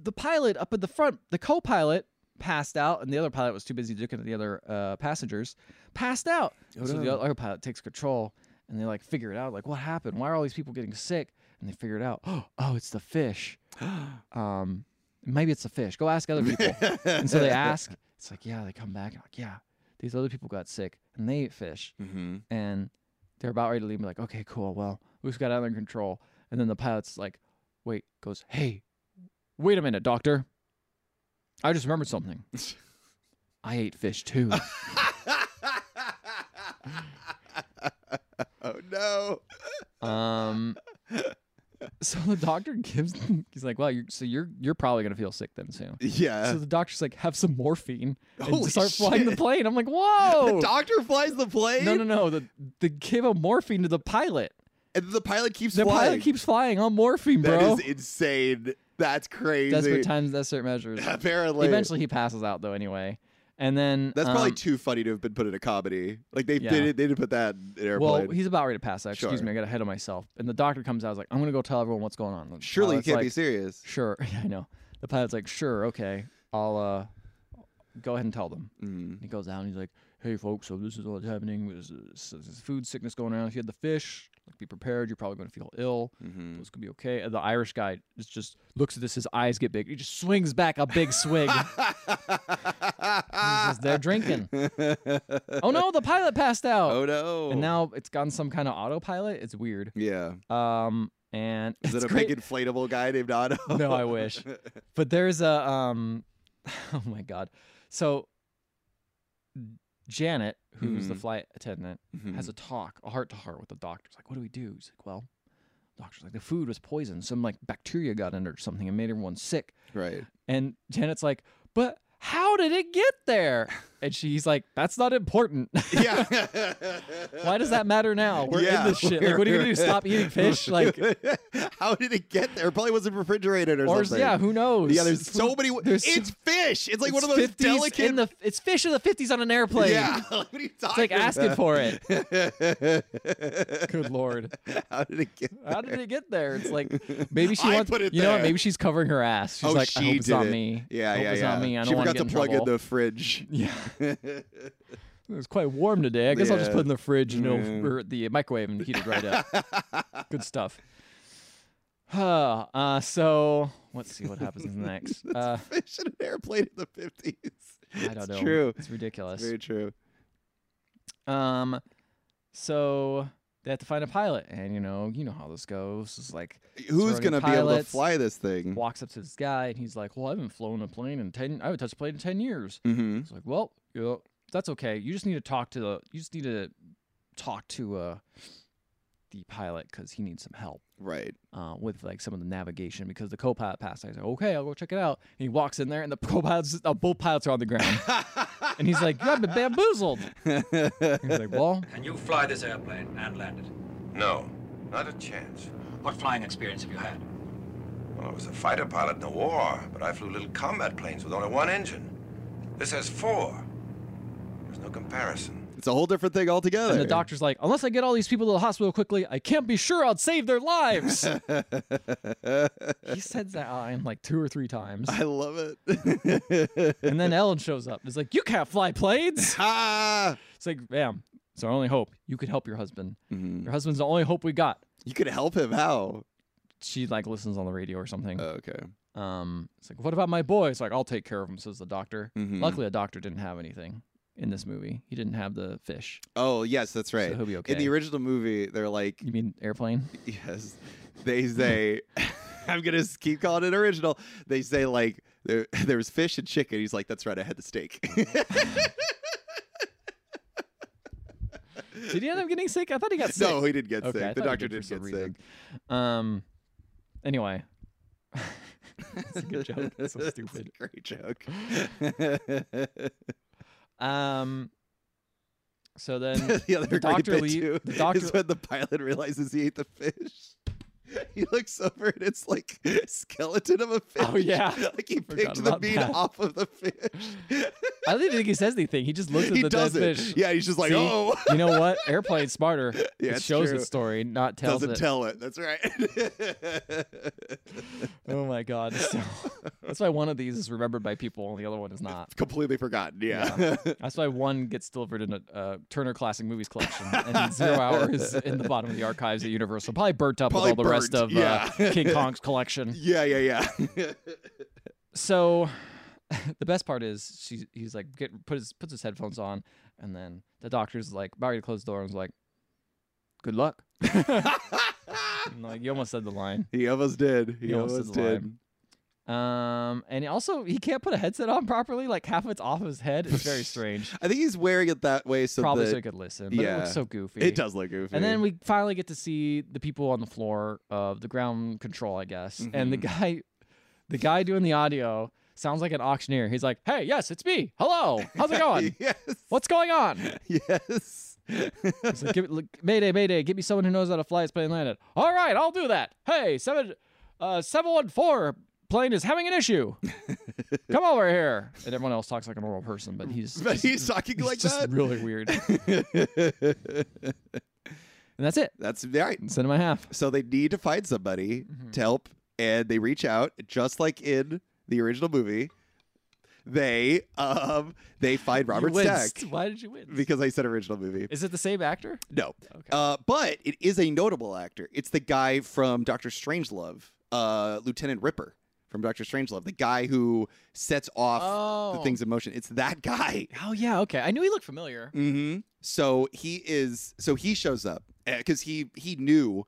[SPEAKER 1] the pilot up at the front, the co-pilot passed out, and the other pilot was too busy looking at the other uh, passengers. Passed out. so the other pilot takes control, and they like figure it out. Like, what happened? Why are all these people getting sick? And they figure it out. Oh, it's the fish. Um, maybe it's the fish. Go ask other people. and so they ask. It's like, yeah. They come back and like, yeah, these other people got sick and they ate fish
[SPEAKER 2] Mm-hmm.
[SPEAKER 1] and they're about ready to leave. i like, okay, cool. Well, we've got it under control. And then the pilot's like, wait, goes, hey, wait a minute, doctor. I just remembered something. I ate fish too.
[SPEAKER 2] oh no.
[SPEAKER 1] Um, so the doctor gives, he's like, well, you're, so you're you're probably gonna feel sick then soon.
[SPEAKER 2] Yeah.
[SPEAKER 1] So the doctor's like, have some morphine and
[SPEAKER 2] Holy
[SPEAKER 1] start flying the
[SPEAKER 2] shit.
[SPEAKER 1] plane. I'm like, whoa.
[SPEAKER 2] the doctor flies the plane.
[SPEAKER 1] oh. no, no, no. The the gave a morphine to the pilot.
[SPEAKER 2] And the pilot keeps
[SPEAKER 1] The
[SPEAKER 2] flying.
[SPEAKER 1] pilot keeps flying on morphine,
[SPEAKER 2] That
[SPEAKER 1] bro.
[SPEAKER 2] is insane. That's crazy.
[SPEAKER 1] Desperate times, desperate measures.
[SPEAKER 2] Apparently.
[SPEAKER 1] Eventually, he passes out though. Anyway, and then
[SPEAKER 2] That's probably
[SPEAKER 1] um,
[SPEAKER 2] too funny to have been put in a comedy. Like they
[SPEAKER 1] Yeah.
[SPEAKER 2] they, did, they did put that in an
[SPEAKER 1] well.
[SPEAKER 2] airplane.
[SPEAKER 1] He's about ready to pass out. Excuse
[SPEAKER 2] Sure.
[SPEAKER 1] me, I got ahead of myself. And the doctor comes out. I was like, I'm gonna go tell everyone what's going on. And the
[SPEAKER 2] Surely you
[SPEAKER 1] pilot's
[SPEAKER 2] can't
[SPEAKER 1] like,
[SPEAKER 2] be serious.
[SPEAKER 1] Sure, yeah, I know. The pilot's like, sure, okay, I'll uh,
[SPEAKER 9] go ahead and tell them.
[SPEAKER 2] Mm-hmm.
[SPEAKER 9] And he goes out and he's like, hey, folks, so this is what's happening. There's, there's, there's food sickness going around. If you had the fish, like, be prepared. You're probably going to feel ill.
[SPEAKER 2] Mm. Mm-hmm.
[SPEAKER 9] But It's going to be okay. And the Irish guy is just looks at this. His eyes get big. He just swings back a big swig. he says, they're drinking. oh, no, the pilot passed out.
[SPEAKER 2] Oh no.
[SPEAKER 9] And now it's gotten some kind of autopilot. It's weird.
[SPEAKER 2] Yeah.
[SPEAKER 9] Um, and
[SPEAKER 2] Is
[SPEAKER 9] it's
[SPEAKER 2] it a
[SPEAKER 9] great.
[SPEAKER 2] big inflatable guy named Otto?
[SPEAKER 9] no, I wish. But there's a um oh my god. So Janet, who's
[SPEAKER 2] Mm-hmm.
[SPEAKER 9] the flight attendant, has a talk, a heart to heart with the doctor. It's like, what do we do? He's like, well, doctor's like, the food was poisoned. Some like bacteria got in it or something and made everyone sick.
[SPEAKER 2] Right.
[SPEAKER 9] And Janet's like, but how did it get there? And she's like, that's not important.
[SPEAKER 2] Yeah.
[SPEAKER 9] Why does that matter now? We're
[SPEAKER 2] Yeah,
[SPEAKER 9] in this shit. Like, what are you gonna do?
[SPEAKER 2] we're-
[SPEAKER 9] Stop eating fish? Like,
[SPEAKER 2] How did it get there? Probably wasn't refrigerated or,
[SPEAKER 9] or
[SPEAKER 2] something.
[SPEAKER 9] yeah, who knows?
[SPEAKER 2] Yeah, there's
[SPEAKER 9] It's
[SPEAKER 2] so many. w-
[SPEAKER 9] there's so-
[SPEAKER 2] it's fish. It's like one of
[SPEAKER 9] It's
[SPEAKER 2] those
[SPEAKER 9] 50s
[SPEAKER 2] delicate.
[SPEAKER 9] in the it's fish in the fifties on an airplane.
[SPEAKER 2] yeah. What are you talking
[SPEAKER 9] It's like asking
[SPEAKER 2] about?
[SPEAKER 9] for it. Good lord.
[SPEAKER 2] How did it get?
[SPEAKER 9] How did it get there? It's like maybe she
[SPEAKER 2] I
[SPEAKER 9] wants
[SPEAKER 2] put it
[SPEAKER 9] you know what?
[SPEAKER 2] there.
[SPEAKER 9] maybe she's covering her ass. She's
[SPEAKER 2] oh,
[SPEAKER 9] like,
[SPEAKER 2] she
[SPEAKER 9] I hope it's
[SPEAKER 2] did
[SPEAKER 9] not
[SPEAKER 2] it.
[SPEAKER 9] me.
[SPEAKER 2] Yeah,
[SPEAKER 9] I hope
[SPEAKER 2] yeah,
[SPEAKER 9] it's
[SPEAKER 2] yeah.
[SPEAKER 9] not me. I don't
[SPEAKER 2] she
[SPEAKER 9] wanna
[SPEAKER 2] forgot
[SPEAKER 9] get
[SPEAKER 2] to
[SPEAKER 9] in
[SPEAKER 2] plug
[SPEAKER 9] trouble.
[SPEAKER 2] in the fridge.
[SPEAKER 9] Yeah. it was quite warm today. I guess I'll just
[SPEAKER 2] Yeah.
[SPEAKER 9] put it in the fridge, you know,
[SPEAKER 2] Yeah.
[SPEAKER 9] or the microwave and heat it right up. Good stuff. Huh, uh, so let's see what happens next. Uh,
[SPEAKER 2] Fish in an airplane in the fifties.
[SPEAKER 9] I don't
[SPEAKER 2] it's
[SPEAKER 9] know.
[SPEAKER 2] True.
[SPEAKER 9] It's ridiculous.
[SPEAKER 2] Very true.
[SPEAKER 9] Um, so they have to find a pilot, and you know, you know how this goes. It's like
[SPEAKER 2] Who's
[SPEAKER 9] surrounding
[SPEAKER 2] gonna be able to
[SPEAKER 9] pilots,
[SPEAKER 2] fly this thing?
[SPEAKER 9] Walks up to this guy, and he's like, "Well, I haven't flown a plane in ten. I haven't touched a plane in ten years."
[SPEAKER 2] Mm-hmm.
[SPEAKER 9] It's like, "Well, you know, that's okay. You just need to talk to the. You just need to talk to uh the pilot because he needs some help."
[SPEAKER 2] Right.
[SPEAKER 9] Uh, with like some of the navigation because the co-pilot passed. I was like, okay, I'll go check it out. And he walks in there and the co-pilots, uh, both pilots are on the ground. and he's like, I've been bamboozled. he's like, well,
[SPEAKER 10] Can you fly this airplane and land it?
[SPEAKER 5] No, not a chance.
[SPEAKER 10] What flying experience have you had?
[SPEAKER 5] Well, I was a fighter pilot in the war, but I flew little combat planes with only one engine. This has four. There's no comparison.
[SPEAKER 2] It's a whole different thing altogether.
[SPEAKER 9] And the doctor's like, unless I get all these people to the hospital quickly, I can't be sure I'll save their lives. he says that line like two or three times.
[SPEAKER 2] I love it.
[SPEAKER 9] And then Ellen shows up. It's like, you can't fly planes.
[SPEAKER 2] ah,
[SPEAKER 9] It's like, bam. It's our only hope. You could help your husband.
[SPEAKER 2] Mm-hmm.
[SPEAKER 9] Your husband's the only hope we got.
[SPEAKER 2] you could help him. How?
[SPEAKER 9] She like listens on the radio or something.
[SPEAKER 2] Okay.
[SPEAKER 9] Um, it's like, what about my boy? It's like, I'll take care of him, says the doctor.
[SPEAKER 2] Mm-hmm.
[SPEAKER 9] Luckily, a doctor didn't have anything in this movie. He didn't have the fish.
[SPEAKER 2] Oh yes, that's right.
[SPEAKER 9] he'll be
[SPEAKER 2] In the
[SPEAKER 9] okay. Mm.
[SPEAKER 2] original movie, they're like,
[SPEAKER 9] You mean airplane?
[SPEAKER 2] yes, they say, I'm gonna s- keep calling it original. They say like there, there was fish and chicken. He's like, that's right, I had the steak.
[SPEAKER 9] Did he end up getting sick? I thought he got sick.
[SPEAKER 2] no, he didn't get
[SPEAKER 9] Okay, I
[SPEAKER 2] sick. The
[SPEAKER 9] thought he
[SPEAKER 2] doctor
[SPEAKER 9] did
[SPEAKER 2] did
[SPEAKER 9] for
[SPEAKER 2] get
[SPEAKER 9] some
[SPEAKER 2] sick.
[SPEAKER 9] reason. Um. Anyway, that's a good joke. That's so stupid.
[SPEAKER 2] Great joke.
[SPEAKER 9] Um. So then,
[SPEAKER 2] the other
[SPEAKER 9] The
[SPEAKER 2] great
[SPEAKER 9] doctor
[SPEAKER 2] bit
[SPEAKER 9] lea-
[SPEAKER 2] too
[SPEAKER 9] the doctor-
[SPEAKER 2] is when the pilot realizes he ate the fish. He looks over and it's like skeleton of a fish.
[SPEAKER 9] Oh, yeah.
[SPEAKER 2] like he
[SPEAKER 9] Forgot
[SPEAKER 2] picked the
[SPEAKER 9] about
[SPEAKER 2] meat
[SPEAKER 9] that.
[SPEAKER 2] off of the fish.
[SPEAKER 9] I don't even think he says anything. He just looks at
[SPEAKER 2] he
[SPEAKER 9] the dead
[SPEAKER 2] does it.
[SPEAKER 9] fish.
[SPEAKER 2] Yeah, he's just like,
[SPEAKER 9] See?
[SPEAKER 2] oh,
[SPEAKER 9] you know what? Airplane's smarter. it
[SPEAKER 2] it's
[SPEAKER 9] shows
[SPEAKER 2] true.
[SPEAKER 9] its story, not tells
[SPEAKER 2] doesn't
[SPEAKER 9] it.
[SPEAKER 2] tell it. That's right.
[SPEAKER 9] oh my god! So, that's why one of these is remembered by people, and the other one is not.
[SPEAKER 2] Completely forgotten. Yeah.
[SPEAKER 9] That's why one gets delivered in a uh, Turner Classic Movies collection, and zero hour is in the bottom of the archives at Universal, probably burnt up
[SPEAKER 2] Probably
[SPEAKER 9] with all the rest
[SPEAKER 2] burnt,
[SPEAKER 9] of uh,
[SPEAKER 2] yeah.
[SPEAKER 9] King Kong's collection.
[SPEAKER 2] yeah, yeah, yeah.
[SPEAKER 9] So, the best part is she, he's like get put his puts his headphones on, and then the doctor's like about ready to close the door and was like, "Good luck." And, like you almost said the line.
[SPEAKER 2] he almost did. He,
[SPEAKER 9] He almost
[SPEAKER 2] almost,
[SPEAKER 9] is alive.
[SPEAKER 2] did.
[SPEAKER 9] Um, and he also he can't put a headset on properly. Like half of it's off his head. It's very strange.
[SPEAKER 2] I think he's wearing it that way so
[SPEAKER 9] Probably
[SPEAKER 2] that
[SPEAKER 9] so he could listen, but it
[SPEAKER 2] yeah.
[SPEAKER 9] looks so goofy.
[SPEAKER 2] it does look goofy.
[SPEAKER 9] And then we finally get to see the people on the floor of the ground control, I guess. And the guy, the guy doing the audio sounds like an auctioneer. He's like, "Hey, yes, it's me. Hello, how's it going?
[SPEAKER 2] yes,
[SPEAKER 9] What's going on?"
[SPEAKER 2] yes.
[SPEAKER 9] He's like, give, look, "Mayday, mayday! Get me someone who knows how to fly this plane landed." All right, I'll do that. Hey, seven, uh, seven one four plane is having an issue. Come over here. And everyone else talks like a normal person, but he's
[SPEAKER 2] But he's talking
[SPEAKER 9] it's
[SPEAKER 2] like
[SPEAKER 9] just
[SPEAKER 2] that.
[SPEAKER 9] really weird. and that's it.
[SPEAKER 2] That's right.
[SPEAKER 9] Cinema half.
[SPEAKER 2] So they need to find somebody to help, and they reach out, just like in the original movie. they um they find Robert
[SPEAKER 1] you
[SPEAKER 2] Stack
[SPEAKER 1] winced. Why did you win?
[SPEAKER 2] because I said original movie.
[SPEAKER 1] Is it the same actor?
[SPEAKER 2] No.
[SPEAKER 1] Okay.
[SPEAKER 2] Uh, but it is a notable actor. It's the guy from Doctor Strangelove, uh, Lieutenant Ripper from Doctor Strangelove, the guy who sets off the
[SPEAKER 1] Oh.
[SPEAKER 2] things in motion. It's that guy.
[SPEAKER 1] Oh yeah, okay. I knew he looked familiar.
[SPEAKER 2] hmm So he is. So he shows up because he he knew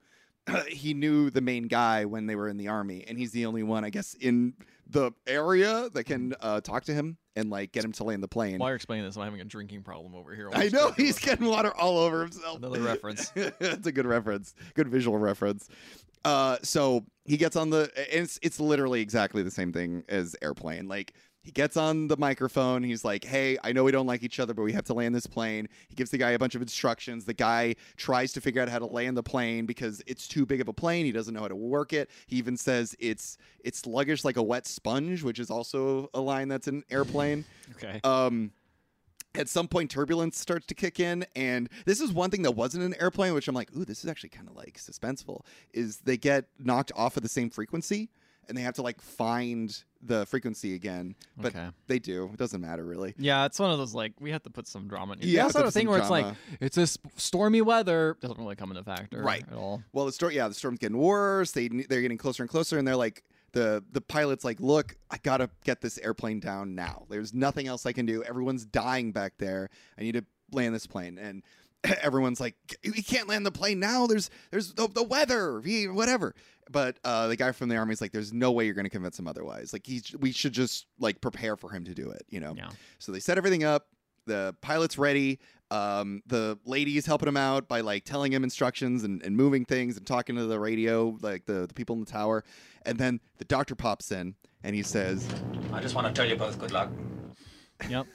[SPEAKER 2] he knew the main guy when they were in the army, and he's the only one, I guess, in the area that can uh, talk to him and like get him to land the plane.
[SPEAKER 1] While you're explaining this, I'm having a drinking problem over here.
[SPEAKER 2] I know he's getting water all over himself.
[SPEAKER 1] Another reference.
[SPEAKER 2] That's a good reference. Good visual reference. Uh, so he gets on the. And it's it's literally exactly the same thing as airplane. Like he gets on the microphone. He's like, "Hey, I know we don't like each other, but we have to land this plane." He gives the guy a bunch of instructions. The guy tries to figure out how to land the plane because it's too big of a plane. He doesn't know how to work it. He even says it's it's sluggish like a wet sponge, which is also a line that's in airplane
[SPEAKER 1] Okay.
[SPEAKER 2] um at some point turbulence starts to kick in and this is one thing that wasn't an airplane which i'm like ooh this is actually kind of like suspenseful is they get knocked off of the same frequency and they have to like find the frequency again but
[SPEAKER 1] Okay.
[SPEAKER 2] they do it doesn't matter really
[SPEAKER 1] yeah, it's one of those like we have to put some drama. in here.
[SPEAKER 2] Yeah,
[SPEAKER 1] that's
[SPEAKER 2] put
[SPEAKER 1] sort of
[SPEAKER 2] some
[SPEAKER 1] thing where it's like
[SPEAKER 2] drama.
[SPEAKER 1] it's a sp- stormy weather doesn't really come into factor
[SPEAKER 2] Right.
[SPEAKER 1] at all.
[SPEAKER 2] well the storm yeah the storm's getting worse they they're getting closer and closer and they're like the the pilot's like look i gotta get this airplane down now there's nothing else i can do everyone's dying back there i need to land this plane and everyone's like we can't land the plane now there's there's the, the weather we, whatever but uh, the guy from the army's like there's no way you're going to convince him otherwise like he we should just like prepare for him to do it you know
[SPEAKER 1] Yeah.
[SPEAKER 2] so they set everything up the pilot's ready um, the lady is helping him out by like telling him instructions and, and moving things and talking to the radio like the, the people in the tower and then the doctor pops in and he says
[SPEAKER 11] I just want to tell you both good luck.
[SPEAKER 1] Yep.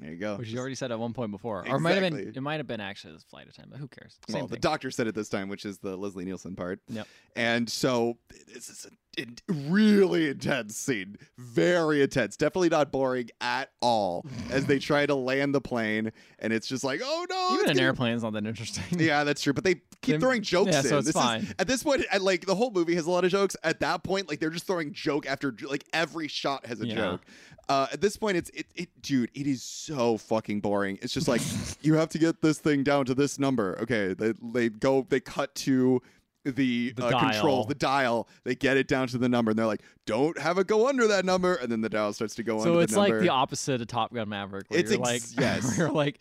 [SPEAKER 2] there you go
[SPEAKER 1] Which you already said at one point before, or it might have been
[SPEAKER 2] Exactly.
[SPEAKER 1] it might have been actually the flight attendant. Who cares? Same
[SPEAKER 2] well, the
[SPEAKER 1] thing.
[SPEAKER 2] doctor said it this time, which is the Leslie Nielsen part.
[SPEAKER 1] Yep.
[SPEAKER 2] And so this is a in- really intense scene, very intense. Definitely not boring at all as they try to land the plane, and it's just like, oh no!
[SPEAKER 1] Even
[SPEAKER 2] it's
[SPEAKER 1] an
[SPEAKER 2] getting-
[SPEAKER 1] airplane's not that interesting.
[SPEAKER 2] Yeah, that's true. But they keep
[SPEAKER 1] Then-
[SPEAKER 2] throwing jokes
[SPEAKER 1] yeah,
[SPEAKER 2] in.
[SPEAKER 1] so it's
[SPEAKER 2] this Is,
[SPEAKER 1] fine.
[SPEAKER 2] at this point, at, like the whole movie has a lot of jokes. At that point, like they're just throwing joke after jo- like every shot has a
[SPEAKER 1] Yeah.
[SPEAKER 2] joke. Uh, at this point, it's it, it, dude, it is so fucking boring. It's just like you have to get this thing down to this number. Okay, they they go, they cut to. The,
[SPEAKER 1] The
[SPEAKER 2] uh, control,
[SPEAKER 1] dial.
[SPEAKER 2] the dial, they get it down to the number, and they're like, "Don't have it go under that number." And then the dial starts to go under
[SPEAKER 1] So it's
[SPEAKER 2] the
[SPEAKER 1] like
[SPEAKER 2] number.
[SPEAKER 1] the opposite of Top Gun Maverick. Where
[SPEAKER 2] It's
[SPEAKER 1] you're
[SPEAKER 2] ex-
[SPEAKER 1] like,
[SPEAKER 2] yes.
[SPEAKER 1] you're like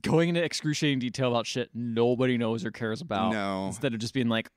[SPEAKER 1] going into excruciating detail about shit nobody knows or cares about.
[SPEAKER 2] No.
[SPEAKER 1] Instead of just being like,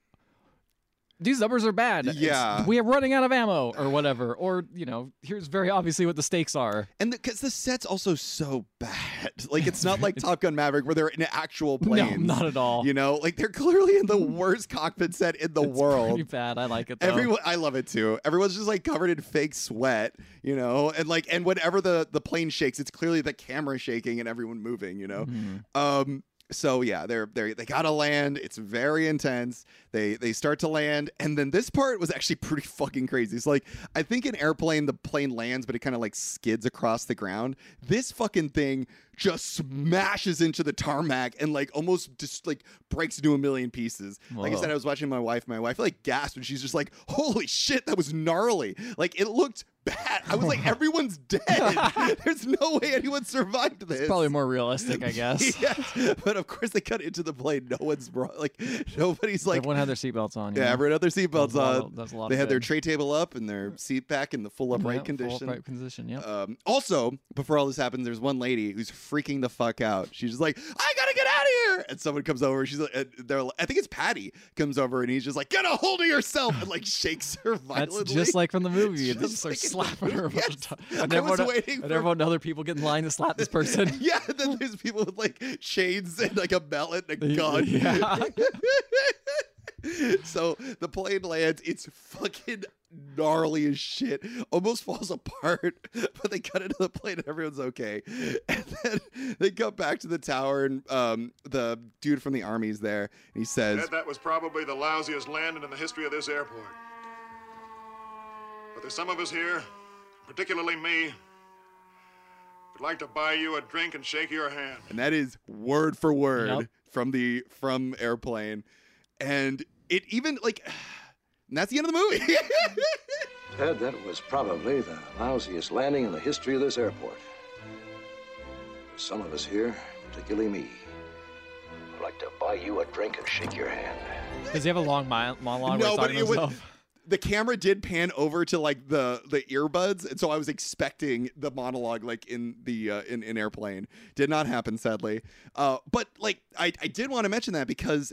[SPEAKER 1] these numbers are bad. It's-
[SPEAKER 2] Yeah.
[SPEAKER 1] we are running out of ammo or whatever. Or you know, here's very obviously what the stakes are.
[SPEAKER 2] And because the, set's also so bad, like it's not like Top Gun Maverick where they're in actual planes.
[SPEAKER 1] No, not at all.
[SPEAKER 2] You know, like they're clearly in the worst cockpit set in the
[SPEAKER 1] It's
[SPEAKER 2] world.
[SPEAKER 1] pretty bad. I like it. Though.
[SPEAKER 2] Everyone, I love it too. Everyone's just like covered in fake sweat, you know, and like, and whenever the the plane shakes, it's clearly the camera shaking and everyone moving, you know.
[SPEAKER 1] Mm-hmm.
[SPEAKER 2] Um, so yeah, they're they they gotta land. It's very intense. They they start to land, and then this part was actually pretty fucking crazy. It's like I think an airplane, the plane lands, but it kind of like skids across the ground. This fucking thing just smashes into the tarmac and like almost just like breaks into a million pieces. Like I
[SPEAKER 1] Whoa.
[SPEAKER 2] said, I was watching my wife. My wife like gasped, and she's just like, "Holy shit, that was gnarly! Like it looked bad." I was like, "Everyone's dead. There's no way anyone survived this."
[SPEAKER 1] It's probably more realistic, I guess.
[SPEAKER 2] yes, but of course they cut into the plane. No one's brought, like nobody's like
[SPEAKER 1] Everyone had their seatbelts on.
[SPEAKER 2] yeah,
[SPEAKER 1] yeah.
[SPEAKER 2] everyone had their
[SPEAKER 1] That was
[SPEAKER 2] seatbelts
[SPEAKER 1] a lot
[SPEAKER 2] on.
[SPEAKER 1] of- that was a lot
[SPEAKER 2] they
[SPEAKER 1] of
[SPEAKER 2] had their
[SPEAKER 1] dead.
[SPEAKER 2] tray table up and their seat back in the full upright
[SPEAKER 1] Yeah, full
[SPEAKER 2] condition.
[SPEAKER 1] upright condition. Yeah.
[SPEAKER 2] Um, also, before all this happens, there's one lady who's freaking the fuck out. She's just like, "I gotta get out of here!" And someone comes over. She's like, and they're, I think it's Patty comes over, and he's just like, "Get a hold of yourself!" and like shakes her
[SPEAKER 1] That's
[SPEAKER 2] violently.
[SPEAKER 1] just like from the movie.
[SPEAKER 2] It's
[SPEAKER 1] They just
[SPEAKER 2] just
[SPEAKER 1] start
[SPEAKER 2] like in the
[SPEAKER 1] slapping her. a
[SPEAKER 2] movie.
[SPEAKER 1] bunch of
[SPEAKER 2] Yes.
[SPEAKER 1] times. And
[SPEAKER 2] I was
[SPEAKER 1] everyone-
[SPEAKER 2] waiting
[SPEAKER 1] and
[SPEAKER 2] for-
[SPEAKER 1] everyone, other people get in line to slap this person.
[SPEAKER 2] yeah, and then there's people with like chains and like a mallet and a
[SPEAKER 1] Yeah.
[SPEAKER 2] gun.
[SPEAKER 1] Yeah.
[SPEAKER 2] so the plane lands. It's fucking gnarly as shit. Almost falls apart, but they cut into the plane and everyone's okay. And then they go back to the tower and um, the dude from the army's there and he says,
[SPEAKER 12] that was probably the lousiest landing in the history of this airport. But there's some of us here, particularly me, would like to buy you a drink and shake your hand.
[SPEAKER 2] and that is word for word
[SPEAKER 1] Yep.
[SPEAKER 2] from the from airplane, and it even like, and that's the end of the movie.
[SPEAKER 4] Ted, that was probably the lousiest landing in the history of this airport. For some of us here, particularly me, I'd like to buy you a drink and shake your hand.
[SPEAKER 1] Does he have a long mi- monologue? where
[SPEAKER 2] no,
[SPEAKER 1] he's
[SPEAKER 2] but
[SPEAKER 1] talking
[SPEAKER 2] it
[SPEAKER 1] to
[SPEAKER 2] was,
[SPEAKER 1] himself?
[SPEAKER 2] the camera did pan over to like the the earbuds, and so I was expecting the monologue like in the uh, in in airplane. Did not happen, sadly. Uh, but like I I did want to mention that because.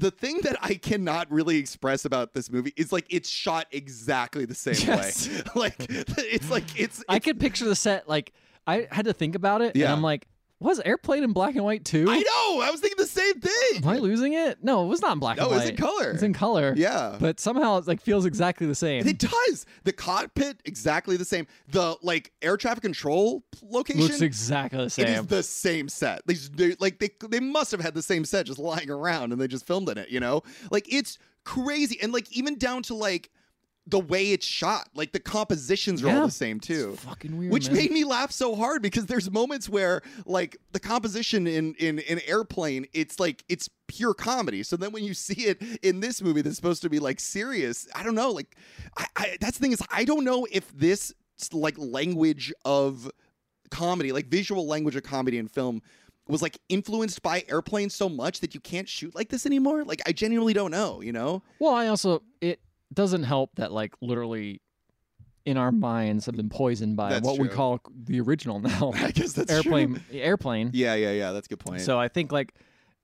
[SPEAKER 2] The thing that I cannot really express about this movie is like it's shot exactly the same
[SPEAKER 1] Yes.
[SPEAKER 2] way. Like it's like it's,
[SPEAKER 1] I
[SPEAKER 2] it's-
[SPEAKER 1] could picture the set. Like I had to think about it, and
[SPEAKER 2] Yeah.
[SPEAKER 1] I'm like, was airplane in black and white too?
[SPEAKER 2] I know. I was thinking the same thing.
[SPEAKER 1] Am I losing it? No, it was not in black
[SPEAKER 2] No,
[SPEAKER 1] and
[SPEAKER 2] it's
[SPEAKER 1] white.
[SPEAKER 2] in color.
[SPEAKER 1] It's in color.
[SPEAKER 2] Yeah.
[SPEAKER 1] But somehow it like feels exactly the same.
[SPEAKER 2] It does. The cockpit exactly the same. The like air traffic control location
[SPEAKER 1] Looks exactly the
[SPEAKER 2] It is
[SPEAKER 1] same.
[SPEAKER 2] the same set. They, they like they they must have had the same set just lying around and they just filmed in it, you know? Like it's crazy and like even down to like the way it's shot, like the compositions are all
[SPEAKER 1] Yeah.
[SPEAKER 2] the same too.
[SPEAKER 1] fucking weird,
[SPEAKER 2] Which
[SPEAKER 1] man.
[SPEAKER 2] made me laugh so hard because there's moments where like the composition in in in airplane, it's like it's pure comedy. So then when you see it in this movie that's supposed to be like serious, I don't know. Like I, I that's the thing is I don't know if this like language of comedy, like visual language of comedy in film was like influenced by airplane so much that you can't shoot like this anymore. Like I genuinely don't know, you know?
[SPEAKER 1] well, I also it doesn't help that like literally in our minds have been poisoned by
[SPEAKER 2] That's
[SPEAKER 1] what we
[SPEAKER 2] true.
[SPEAKER 1] call the original now.
[SPEAKER 2] I guess that's true.
[SPEAKER 1] airplane airplane.
[SPEAKER 2] Yeah, yeah, yeah. That's a good point.
[SPEAKER 1] So I think like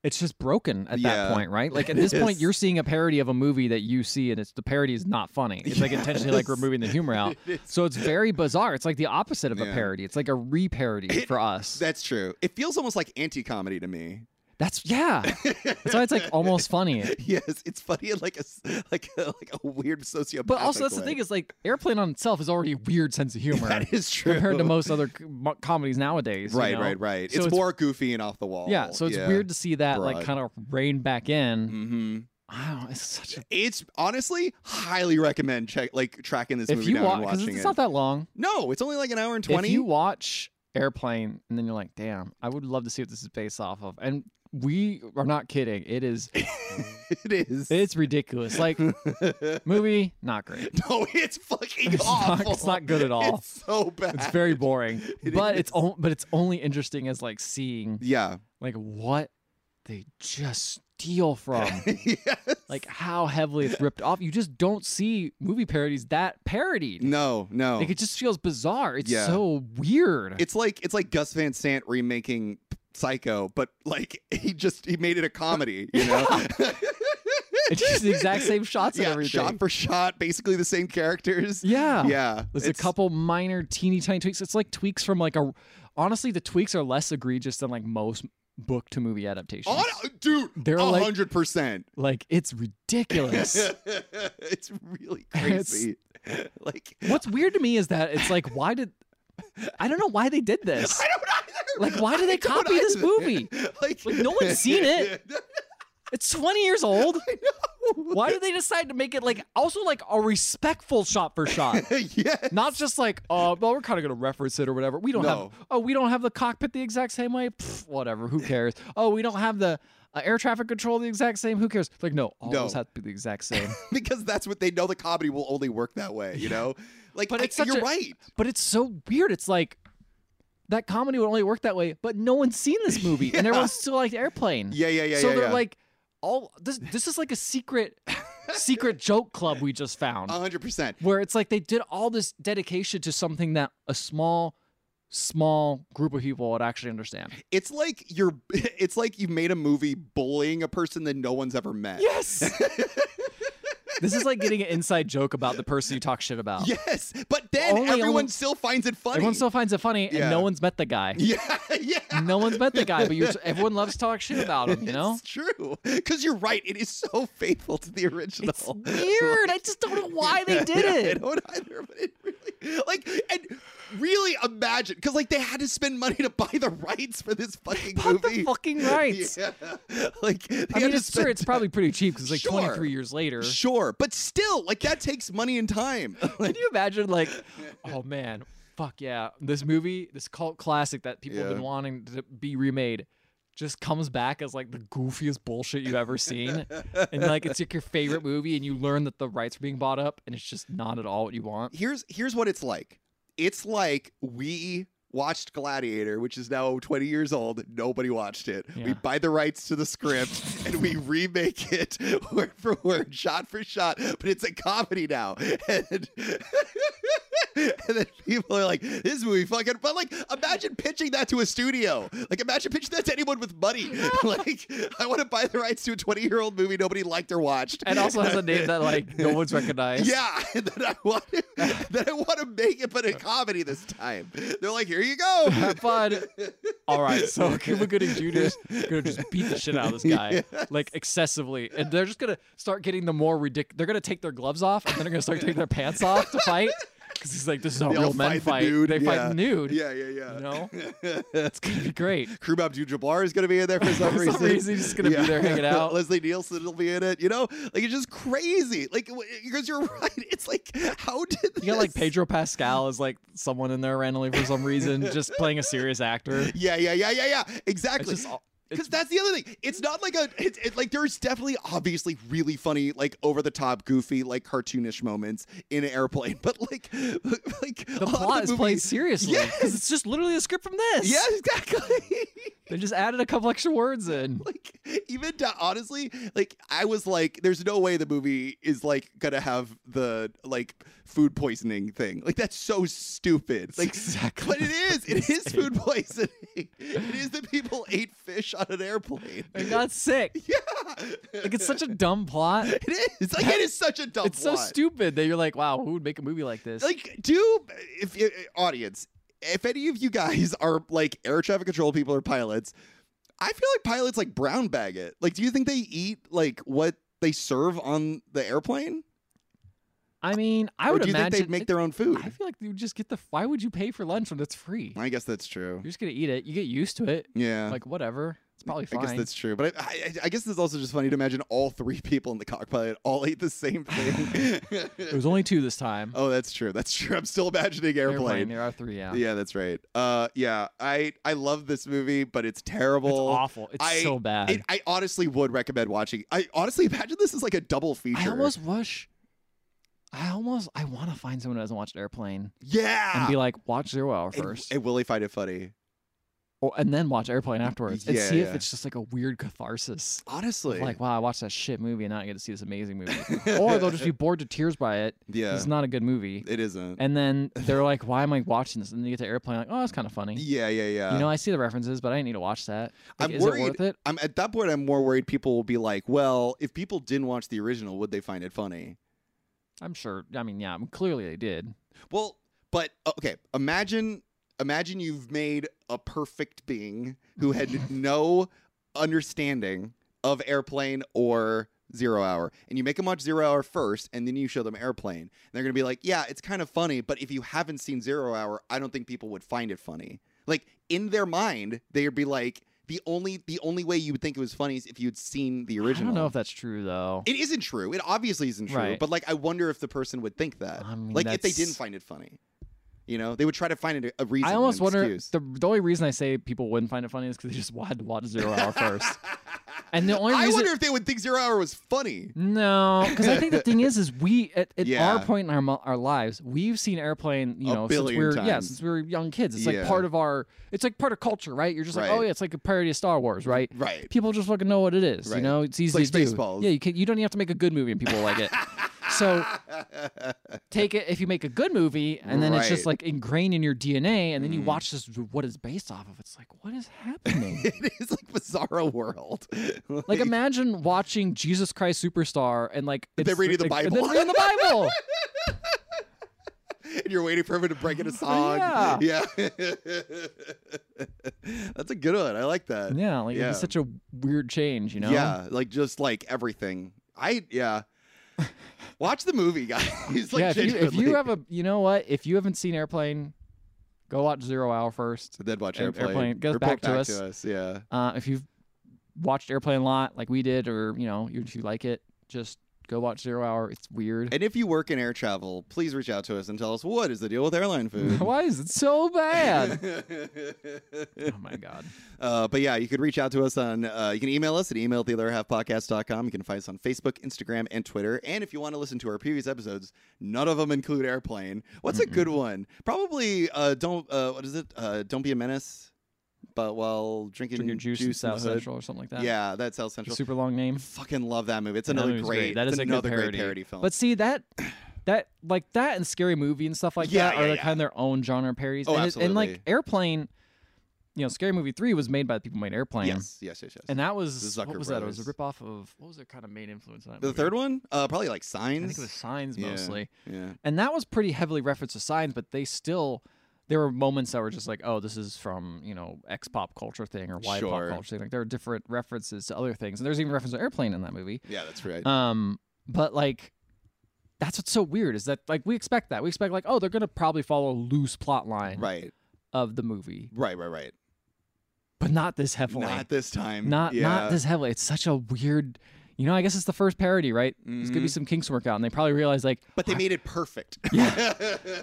[SPEAKER 1] it's just broken at
[SPEAKER 2] Yeah.
[SPEAKER 1] that point, right? Like at
[SPEAKER 2] It
[SPEAKER 1] this point,
[SPEAKER 2] is.
[SPEAKER 1] you're seeing a parody of a movie that you see, and it's the parody is not funny. It's like intentionally like
[SPEAKER 2] Yes.
[SPEAKER 1] removing the humor out. So it's very bizarre. It's like the opposite of a
[SPEAKER 2] Yeah.
[SPEAKER 1] parody. It's like a re-parody for us.
[SPEAKER 2] that's true. It feels almost like anti-comedy to me.
[SPEAKER 1] That's yeah. That's why it's like almost funny.
[SPEAKER 2] Yes, it's funny in like a s- like a, like a weird sociopath.
[SPEAKER 1] But also that's the thing is like airplane on itself is already a weird sense of humor.
[SPEAKER 2] that is true
[SPEAKER 1] compared to most other c- mo- comedies nowadays. you
[SPEAKER 2] Right,
[SPEAKER 1] know?
[SPEAKER 2] right, right.
[SPEAKER 1] So
[SPEAKER 2] it's, more goofy and off the wall.
[SPEAKER 1] Yeah, so it's weird to see that like
[SPEAKER 2] Broad.
[SPEAKER 1] kind of rein back in.
[SPEAKER 2] Mm-hmm.
[SPEAKER 1] I don't. It's such. A,
[SPEAKER 2] It's honestly highly recommend check like tracking this
[SPEAKER 1] if
[SPEAKER 2] movie
[SPEAKER 1] you
[SPEAKER 2] down
[SPEAKER 1] watch,
[SPEAKER 2] and
[SPEAKER 1] because
[SPEAKER 2] watching
[SPEAKER 1] it's
[SPEAKER 2] it.
[SPEAKER 1] not that long.
[SPEAKER 2] no, it's only like an hour and twenty.
[SPEAKER 1] If you watch Airplane and then you're like, damn, I would love to see what this is based off of, and we are not kidding. It is.
[SPEAKER 2] it is.
[SPEAKER 1] It's ridiculous. Like movie, not great.
[SPEAKER 2] No, it's fucking
[SPEAKER 1] It's not-
[SPEAKER 2] awful.
[SPEAKER 1] it's not good at all.
[SPEAKER 2] It's so bad.
[SPEAKER 1] It's very boring,
[SPEAKER 2] It
[SPEAKER 1] but it's
[SPEAKER 2] is.
[SPEAKER 1] on, but it's only interesting as like seeing
[SPEAKER 2] yeah.
[SPEAKER 1] like what they just steal from.
[SPEAKER 2] yes.
[SPEAKER 1] Um. like how heavily it's ripped off. You just don't see movie parodies that parodied.
[SPEAKER 2] no, no.
[SPEAKER 1] Like it just feels bizarre. It's
[SPEAKER 2] Yeah.
[SPEAKER 1] so weird.
[SPEAKER 2] it's like it's like Gus Van Sant remaking Psycho, but like he just he made it a comedy, you know.
[SPEAKER 1] it's just the exact same shots and
[SPEAKER 2] yeah,
[SPEAKER 1] everything.
[SPEAKER 2] shot for shot, basically the same characters.
[SPEAKER 1] yeah.
[SPEAKER 2] yeah.
[SPEAKER 1] There's a
[SPEAKER 2] it's-
[SPEAKER 1] couple minor teeny tiny tweaks. It's like tweaks from like a honestly the tweaks are less egregious than like most book to movie adaptations.
[SPEAKER 2] On, dude,
[SPEAKER 1] They're like-
[SPEAKER 2] hundred percent.
[SPEAKER 1] like it's ridiculous.
[SPEAKER 2] It's really
[SPEAKER 1] It's-
[SPEAKER 2] crazy. like
[SPEAKER 1] What's weird to me is that it's like why did I don't know why they did this.
[SPEAKER 2] I don't either.
[SPEAKER 1] Like, why do they
[SPEAKER 2] I don't
[SPEAKER 1] copy this
[SPEAKER 2] either.
[SPEAKER 1] movie?
[SPEAKER 2] Like,
[SPEAKER 1] Like, no one's seen it. It's 20 years old. Why did they decide to make it like also like a respectful shot for shot?
[SPEAKER 2] yes.
[SPEAKER 1] Not just like, oh, well, we're kind of going to reference it or whatever. We don't
[SPEAKER 2] No.
[SPEAKER 1] have, oh, we don't have the cockpit the exact same way. Pfft, whatever, who cares? Oh, we don't have the uh, air traffic control the exact same. Who cares? Like, no, all
[SPEAKER 2] No.
[SPEAKER 1] those have to be the exact same.
[SPEAKER 2] because that's what they know the comedy will only work that way, you know? Like
[SPEAKER 1] But
[SPEAKER 2] I-
[SPEAKER 1] it's such
[SPEAKER 2] you're
[SPEAKER 1] a-
[SPEAKER 2] right.
[SPEAKER 1] but it's so weird. It's like that comedy would only work that way, but no one's seen this movie, and everyone's still like airplane.
[SPEAKER 2] Yeah, yeah, yeah,
[SPEAKER 1] So
[SPEAKER 2] yeah,
[SPEAKER 1] they're
[SPEAKER 2] yeah.
[SPEAKER 1] like, all this. This is like a secret, secret joke club we just found.
[SPEAKER 2] hundred percent.
[SPEAKER 1] where it's like they did all this dedication to something that a small small group of people would actually understand
[SPEAKER 2] It's like you're it's like you made a movie bullying a person that no one's ever met.
[SPEAKER 1] yes this is like getting an inside joke about the person you talk shit about
[SPEAKER 2] Yes. But then
[SPEAKER 1] Only-
[SPEAKER 2] everyone
[SPEAKER 1] only-
[SPEAKER 2] still finds it funny.
[SPEAKER 1] everyone still finds it funny and
[SPEAKER 2] Yeah.
[SPEAKER 1] no one's met the guy
[SPEAKER 2] Yeah, yeah.
[SPEAKER 1] no one's met the guy but you everyone loves to talk shit about him you know
[SPEAKER 2] It's true. Because you're right. It is so faithful to the original.
[SPEAKER 1] it's weird i just don't know why they did
[SPEAKER 2] I
[SPEAKER 1] it
[SPEAKER 2] don't either, but it really like and really imagine because like they had to spend money to buy the rights for this fucking
[SPEAKER 1] Bought the
[SPEAKER 2] movie.
[SPEAKER 1] fucking rights.
[SPEAKER 2] Yeah. Like they
[SPEAKER 1] i
[SPEAKER 2] had
[SPEAKER 1] mean
[SPEAKER 2] to
[SPEAKER 1] it's sure
[SPEAKER 2] spend
[SPEAKER 1] it's probably pretty cheap because like
[SPEAKER 2] Sure.
[SPEAKER 1] 23 years later
[SPEAKER 2] Sure, but still, like that takes money and time.
[SPEAKER 1] Can you imagine, like, oh man, fuck yeah, this movie, this cult classic that people have
[SPEAKER 2] Yeah.
[SPEAKER 1] been wanting to be remade,
[SPEAKER 9] just comes back as like the goofiest bullshit you've ever seen. and like it's like your favorite movie and you learn that the rights are being bought up and it's just not at all what you want.
[SPEAKER 2] Here's here's what it's like. It's like we watched Gladiator, which is now 20 years old. Nobody watched it.
[SPEAKER 9] Yeah.
[SPEAKER 2] We buy the rights to the script and we remake it word for word, shot for shot, but it's a comedy now. And, and then people are like, this movie fucking, but like, imagine pitching that to a studio. Like, imagine pitching that to anyone with money. like, I want to buy the rights to a 20 year old movie nobody liked or watched.
[SPEAKER 9] And also has a name that like no one's recognized.
[SPEAKER 2] Yeah, and then I want to, then I want to make it, but a comedy this time. They're like, here you go.
[SPEAKER 9] Have fun. All right, so Cuba Gooding Jr. is gonna just beat the shit out of this guy like excessively, and they're just gonna start getting the more ridiculous. They're gonna take their gloves off, and then they're gonna start taking their pants off to fight because he's like, this is how
[SPEAKER 2] They all
[SPEAKER 9] real men
[SPEAKER 2] the
[SPEAKER 9] fight.
[SPEAKER 2] dude.
[SPEAKER 9] They
[SPEAKER 2] Yeah.
[SPEAKER 9] fight the nude.
[SPEAKER 2] Yeah, yeah, yeah.
[SPEAKER 9] You know, it's gonna be great.
[SPEAKER 2] Kareem Abdul-Jabbar is going to be in there for some
[SPEAKER 9] For some
[SPEAKER 2] reason.
[SPEAKER 9] reason, he's just gonna be there hanging out.
[SPEAKER 2] Leslie Nielsen will be in it. You know, like it's just crazy. Like w- because you're right. It's like how did
[SPEAKER 9] You got like
[SPEAKER 2] this-
[SPEAKER 9] Pedro Pascal is like someone in there randomly for some reason, just playing a serious actor.
[SPEAKER 2] Yeah, yeah, yeah, yeah, yeah.
[SPEAKER 9] It's
[SPEAKER 2] Exactly.
[SPEAKER 9] just all-
[SPEAKER 2] because that's the other thing. It's not like a. It's it, like there's definitely obviously really funny, like over the top, goofy, like cartoonish moments in an airplane. But like, like
[SPEAKER 9] the plot is played seriously because
[SPEAKER 2] Yes.
[SPEAKER 9] it's just literally a script from this.
[SPEAKER 2] Yeah, exactly.
[SPEAKER 9] they just added a couple extra words in.
[SPEAKER 2] like even to, honestly, like I was like, there's no way the movie is like gonna have the like food poisoning thing. Like that's so stupid. Like
[SPEAKER 9] exactly
[SPEAKER 2] But it is. It is food poisoning. it is that people ate fish on an airplane.
[SPEAKER 9] They got sick.
[SPEAKER 2] Yeah.
[SPEAKER 9] Like it's such a dumb plot.
[SPEAKER 2] It is. It's like it is such a dumb.
[SPEAKER 9] It's so
[SPEAKER 2] plot.
[SPEAKER 9] stupid that you're like, wow, who would make a movie like this?
[SPEAKER 2] Like, do if you- uh, audience, if any of you guys are like air traffic control people or pilots, I feel like pilots like brown bag it. Like, do you think they eat like what they serve on the airplane,
[SPEAKER 9] I mean, I
[SPEAKER 2] or
[SPEAKER 9] would
[SPEAKER 2] do you
[SPEAKER 9] imagine
[SPEAKER 2] think they make their own
[SPEAKER 9] I
[SPEAKER 2] food?
[SPEAKER 9] feel like you just get the. Why would you pay for lunch when it's free?
[SPEAKER 2] I, guess that's true.
[SPEAKER 9] You're just gonna eat it. You get used to it.
[SPEAKER 2] Yeah.
[SPEAKER 9] Like whatever. It's probably
[SPEAKER 2] I
[SPEAKER 9] fine.
[SPEAKER 2] guess that's true, but I, I, I guess it's also just funny to imagine all three people in the cockpit all ate the same thing.
[SPEAKER 9] It was only two this time.
[SPEAKER 2] oh, that's true. That's true. I'm still imagining airplane.
[SPEAKER 9] There are three. Yeah.
[SPEAKER 2] Yeah, that's right. Uh, yeah, I I love this movie, but it's terrible.
[SPEAKER 9] It's awful. It's
[SPEAKER 2] I-
[SPEAKER 9] so bad.
[SPEAKER 2] It, I honestly would recommend watching. I honestly imagine this is like a double feature.
[SPEAKER 9] I almost wish. I almost. I want to find someone who hasn't watched Airplane
[SPEAKER 2] yeah.
[SPEAKER 9] and be like, watch Zero Hour
[SPEAKER 2] And-
[SPEAKER 9] first,
[SPEAKER 2] and will they find Ah. it funny?
[SPEAKER 9] or, and then watch Airplane afterwards, and
[SPEAKER 2] Yeah,
[SPEAKER 9] see
[SPEAKER 2] yeah.
[SPEAKER 9] if it's just like a weird catharsis.
[SPEAKER 2] Honestly,
[SPEAKER 9] Like, wow, I watched that shit movie and now I get to see this amazing movie. or they'll just be bored to tears by it.
[SPEAKER 2] yeah,
[SPEAKER 9] It's not a good movie.
[SPEAKER 2] it isn't.
[SPEAKER 9] And then they're like, why am I watching this? And then you get to Airplane, like, oh, that's kind of funny.
[SPEAKER 2] yeah, yeah, yeah.
[SPEAKER 9] you know, I see the references, but I didn't need to watch that. Like,
[SPEAKER 2] I'm
[SPEAKER 9] is
[SPEAKER 2] worried.
[SPEAKER 9] it worth it?
[SPEAKER 2] I'm at that point. I'm more worried people will be like, "Well, if people didn't watch the original, would they find it funny?"
[SPEAKER 9] I'm sure. I mean, yeah, I mean, clearly they did.
[SPEAKER 2] Well, but uh, okay, imagine imagine you've made a perfect being who had no understanding of airplane or zero hour and you make them watch zero hour first and then you show them airplane and they're gonna be like yeah it's kind of funny but if you haven't seen zero hour i don't think people would find it funny like in their mind they'd be like the only the only way you would think it was funny is if you'd seen the original
[SPEAKER 9] I don't know if that's true though.
[SPEAKER 2] it isn't true it obviously isn't true
[SPEAKER 9] Right.
[SPEAKER 2] but like i wonder if the person would think that
[SPEAKER 9] I mean,
[SPEAKER 2] like if they
[SPEAKER 9] that's-
[SPEAKER 2] didn't find it funny you know they would try to find it a reason
[SPEAKER 9] I almost
[SPEAKER 2] an
[SPEAKER 9] wonder
[SPEAKER 2] excuse.
[SPEAKER 9] the, the only reason I say people wouldn't find it funny is because they just had to watch Zero Hour first. And the only
[SPEAKER 2] i
[SPEAKER 9] reason
[SPEAKER 2] wonder if they would think zero hour was funny
[SPEAKER 9] No, because I think the thing is, is we at, at
[SPEAKER 2] Yeah.
[SPEAKER 9] our point in our mo- our lives, we've seen airplane. You
[SPEAKER 2] A
[SPEAKER 9] know, since we
[SPEAKER 2] billion
[SPEAKER 9] were yeah,
[SPEAKER 2] times.
[SPEAKER 9] since we were young kids. It's
[SPEAKER 2] Yeah.
[SPEAKER 9] like part of our. It's like part of culture, right? You're just like, oh
[SPEAKER 2] Right.
[SPEAKER 9] yeah, it's like a parody of Star Wars, right?
[SPEAKER 2] right
[SPEAKER 9] People just fucking know what it is.
[SPEAKER 2] Right.
[SPEAKER 9] You know, it's easy
[SPEAKER 2] like
[SPEAKER 9] to
[SPEAKER 2] Spaceballs.
[SPEAKER 9] do. Yeah, you can, you don't even have to make a good movie and people like it. So take it if you make a good movie and then it's just
[SPEAKER 2] Right. Mm.
[SPEAKER 9] like ingrained in your DNA, and then you watch this what it's based off of. It's like, what is happening?
[SPEAKER 2] it is like bizarro world
[SPEAKER 9] Like imagine watching Jesus Christ Superstar and like
[SPEAKER 2] They're
[SPEAKER 9] it's-
[SPEAKER 2] reading the
[SPEAKER 9] like,
[SPEAKER 2] Bible.
[SPEAKER 9] And then reading the Bible.
[SPEAKER 2] and you're waiting for him to break into song
[SPEAKER 9] Yeah.
[SPEAKER 2] that's a good one i like that
[SPEAKER 9] yeah, like
[SPEAKER 2] Yeah.
[SPEAKER 9] it's such a weird change, you know?
[SPEAKER 2] yeah like just like everything i yeah watch the movie guys like
[SPEAKER 9] yeah. If you, if
[SPEAKER 2] genuinely.
[SPEAKER 9] you have a, you know what? If you haven't seen Airplane, go watch Zero Hour first.
[SPEAKER 2] So then watch
[SPEAKER 9] Air-
[SPEAKER 2] airplane.
[SPEAKER 9] Airplane. Goes
[SPEAKER 2] Report
[SPEAKER 9] back to
[SPEAKER 2] back
[SPEAKER 9] us. Uh-huh.
[SPEAKER 2] to us. Yeah.
[SPEAKER 9] Uh, if you've watched Airplane a lot, like we did, or you know, if you like it, just Go watch Zero Hour. It's weird.
[SPEAKER 2] And if you work in air travel, please reach out to us and tell us what is the deal with airline food.
[SPEAKER 9] Why is it so bad? oh my god.
[SPEAKER 2] Uh, but yeah, you could reach out to us on, uh, you can email us at email at the other half podcast.com. You can find us on Facebook, Instagram, and Twitter. And if you want to listen to our previous episodes, none of them include airplane. What's a good one? Probably uh, don't, uh, what is it? Uh, don't be a menace, but while drinking,
[SPEAKER 9] Drink your juice, in
[SPEAKER 2] in the
[SPEAKER 9] South
[SPEAKER 2] hood.
[SPEAKER 9] Central or something like that.
[SPEAKER 2] Yeah, that's South Central.
[SPEAKER 9] Super long name.
[SPEAKER 2] Fucking love that movie. It's
[SPEAKER 9] That
[SPEAKER 2] another
[SPEAKER 9] movie's
[SPEAKER 2] great,
[SPEAKER 9] That
[SPEAKER 2] it's
[SPEAKER 9] is a
[SPEAKER 2] another
[SPEAKER 9] good parody.
[SPEAKER 2] great parody film.
[SPEAKER 9] But see that that like that and scary movie and stuff like
[SPEAKER 2] Yeah,
[SPEAKER 9] that
[SPEAKER 2] yeah,
[SPEAKER 9] are like
[SPEAKER 2] yeah.
[SPEAKER 9] kind of their own genre parodies.
[SPEAKER 2] Oh,
[SPEAKER 9] and, it- and like
[SPEAKER 2] absolutely.
[SPEAKER 9] Airplane, you know, Scary Movie Three was made by the people who made Airplane.
[SPEAKER 2] yes, yes, yes, yes.
[SPEAKER 9] And that was
[SPEAKER 2] The Zucker
[SPEAKER 9] what was that? It was a
[SPEAKER 2] brothers.
[SPEAKER 9] ripoff of what was their kind of main influence on that
[SPEAKER 2] the
[SPEAKER 9] movie?
[SPEAKER 2] third one, uh, probably like
[SPEAKER 9] I
[SPEAKER 2] signs.
[SPEAKER 9] think it was Signs
[SPEAKER 2] Yeah,
[SPEAKER 9] mostly.
[SPEAKER 2] Yeah.
[SPEAKER 9] And that was pretty heavily referenced to Signs, but they still there were moments that were just like, oh, this is from you know X pop culture thing or Y
[SPEAKER 2] Sure.
[SPEAKER 9] pop culture thing. Like there are different references to other things, and there's even reference to Airplane in that movie.
[SPEAKER 2] Yeah, that's right.
[SPEAKER 9] Um, but like, that's what's so weird is that like we expect that we expect like oh they're gonna probably follow a loose plot line
[SPEAKER 2] right.
[SPEAKER 9] of the movie,
[SPEAKER 2] Right, right, right.
[SPEAKER 9] but not this heavily.
[SPEAKER 2] Not this time.
[SPEAKER 9] not
[SPEAKER 2] yeah.
[SPEAKER 9] not this heavily. It's such a weird. You know, I guess it's the first parody, right? There's gonna be some kinks work out, and they probably realize like
[SPEAKER 2] Mm-hmm. But they made it perfect.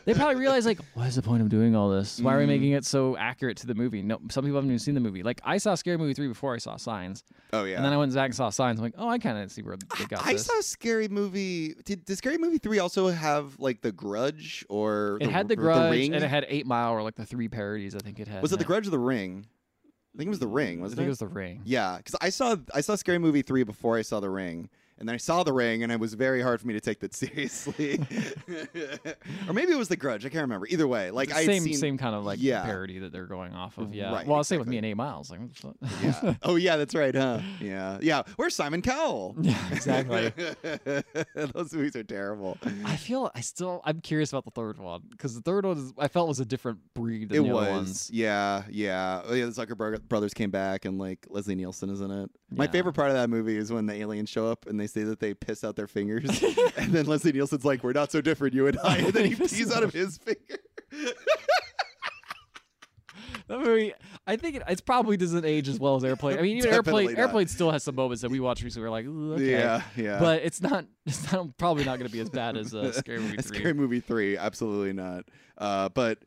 [SPEAKER 9] they probably realize like what is the point of doing all this? Why are we making it so accurate to the movie? No, some people haven't even seen the movie. Like I saw Scary Movie three before I saw Signs,
[SPEAKER 2] oh yeah.
[SPEAKER 9] and then I went back and saw Signs. I'm like, oh, I kind of see where they got
[SPEAKER 2] I
[SPEAKER 9] this.
[SPEAKER 2] saw Scary Movie. Did, did Scary Movie three also have like The Grudge or
[SPEAKER 9] it
[SPEAKER 2] the,
[SPEAKER 9] had the
[SPEAKER 2] or
[SPEAKER 9] Grudge,
[SPEAKER 2] Ring?
[SPEAKER 9] and it had Eight Mile, or like the three parodies. I think it had.
[SPEAKER 2] was
[SPEAKER 9] in
[SPEAKER 2] it The Grudge or The Ring? I think it was The Ring.
[SPEAKER 9] I
[SPEAKER 2] Wasn't
[SPEAKER 9] think it was The Ring.
[SPEAKER 2] Yeah, because I saw I saw Scary Movie three before I saw The Ring, and then I saw The Ring, and it was very hard for me to take that seriously. or maybe it was The Grudge. I can't remember. Either way, like I had
[SPEAKER 9] same
[SPEAKER 2] seen-
[SPEAKER 9] same kind of like
[SPEAKER 2] Yeah.
[SPEAKER 9] parody that they're going off of. Yeah.
[SPEAKER 2] Right,
[SPEAKER 9] well, same with
[SPEAKER 2] exactly.
[SPEAKER 9] me and Eight Miles. Like, what the fuck?
[SPEAKER 2] Yeah. Oh yeah, that's right, huh? Yeah, yeah. Where's Simon Cowell?
[SPEAKER 9] yeah, exactly.
[SPEAKER 2] Those movies are terrible.
[SPEAKER 9] I feel I still I'm curious about the third one because the third one is, I felt was a different breed than
[SPEAKER 2] It
[SPEAKER 9] the
[SPEAKER 2] was,
[SPEAKER 9] other ones.
[SPEAKER 2] yeah, yeah. Oh, yeah, the Zucker Bro- brothers came back, and like Leslie Nielsen is in it. My
[SPEAKER 9] Yeah.
[SPEAKER 2] favorite part of that movie is when the aliens show up and they say that they piss out their fingers, and then Leslie Nielsen's like, "We're not so different, you and I," and then he pees out of his finger.
[SPEAKER 9] That movie, I think it, it's probably doesn't age as well as Airplane. I mean, even
[SPEAKER 2] Definitely
[SPEAKER 9] Airplane
[SPEAKER 2] not.
[SPEAKER 9] Airplane still has some moments that we watched recently. We're like, "Ooh, okay.
[SPEAKER 2] Yeah, yeah.
[SPEAKER 9] But it's not it's not probably not going to be as bad as uh, Scary Movie
[SPEAKER 2] A
[SPEAKER 9] three.
[SPEAKER 2] Scary movie three, absolutely not. Uh, but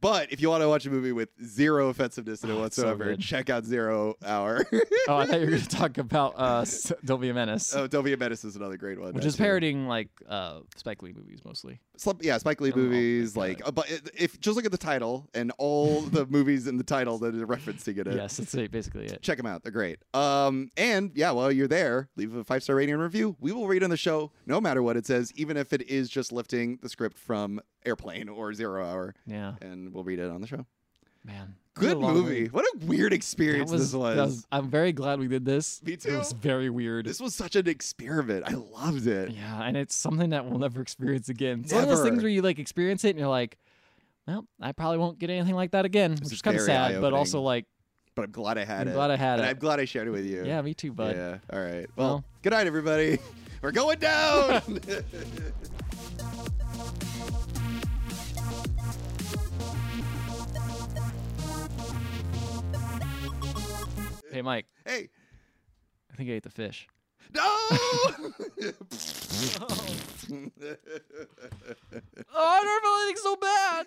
[SPEAKER 2] but if you want to watch a movie with zero offensiveness in it
[SPEAKER 9] Oh, it's so
[SPEAKER 2] whatsoever,
[SPEAKER 9] good.
[SPEAKER 2] check out Zero Hour.
[SPEAKER 9] Oh, I thought you were going to talk about uh, s- Don't Be a Menace,
[SPEAKER 2] oh, Dovia Menace is another great one,
[SPEAKER 9] which
[SPEAKER 2] that
[SPEAKER 9] is
[SPEAKER 2] too.
[SPEAKER 9] parodying like uh, Spike Lee movies mostly.
[SPEAKER 2] Slump, yeah, Spike Lee
[SPEAKER 9] don't know.
[SPEAKER 2] movies,
[SPEAKER 9] Yeah.
[SPEAKER 2] like, uh, but it- if just look at the title and all the movies in the title that are referencing it. in,
[SPEAKER 9] Yes, that's it- basically it.
[SPEAKER 2] Check them out. They're great. Um, and yeah, while you're there, leave a five star rating and review. We will read on the show no matter what it says, even if it is just lifting the script from Airplane or Zero Hour,
[SPEAKER 9] Yeah,
[SPEAKER 2] and we'll read it on the show.
[SPEAKER 9] man. What a
[SPEAKER 2] Good
[SPEAKER 9] long
[SPEAKER 2] movie. What a weird
[SPEAKER 9] That
[SPEAKER 2] experience
[SPEAKER 9] was,
[SPEAKER 2] this was.
[SPEAKER 9] that was- I'm very glad we did this.
[SPEAKER 2] Me
[SPEAKER 9] It was
[SPEAKER 2] too.
[SPEAKER 9] very weird.
[SPEAKER 2] This was such an experiment. I loved it.
[SPEAKER 9] yeah, uh, and it's something that we'll never experience again. It's one of those
[SPEAKER 2] Never.
[SPEAKER 9] things where you like experience it and you're like, well, I probably won't get anything like that again, which
[SPEAKER 2] is
[SPEAKER 9] is kind of
[SPEAKER 2] very
[SPEAKER 9] sad, but also
[SPEAKER 2] eye-opening.
[SPEAKER 9] like,
[SPEAKER 2] But I'm glad I had
[SPEAKER 9] I'm
[SPEAKER 2] it.
[SPEAKER 9] glad I had
[SPEAKER 2] and
[SPEAKER 9] it.
[SPEAKER 2] I'm glad I shared it with you.
[SPEAKER 9] yeah, me too, bud.
[SPEAKER 2] Yeah. All right. Well,
[SPEAKER 9] Well.
[SPEAKER 2] good night, everybody. We're going down.
[SPEAKER 9] Hey, Mike,
[SPEAKER 2] hey.
[SPEAKER 9] I think I ate the fish.
[SPEAKER 2] No.
[SPEAKER 9] Oh, I never felt anything so bad.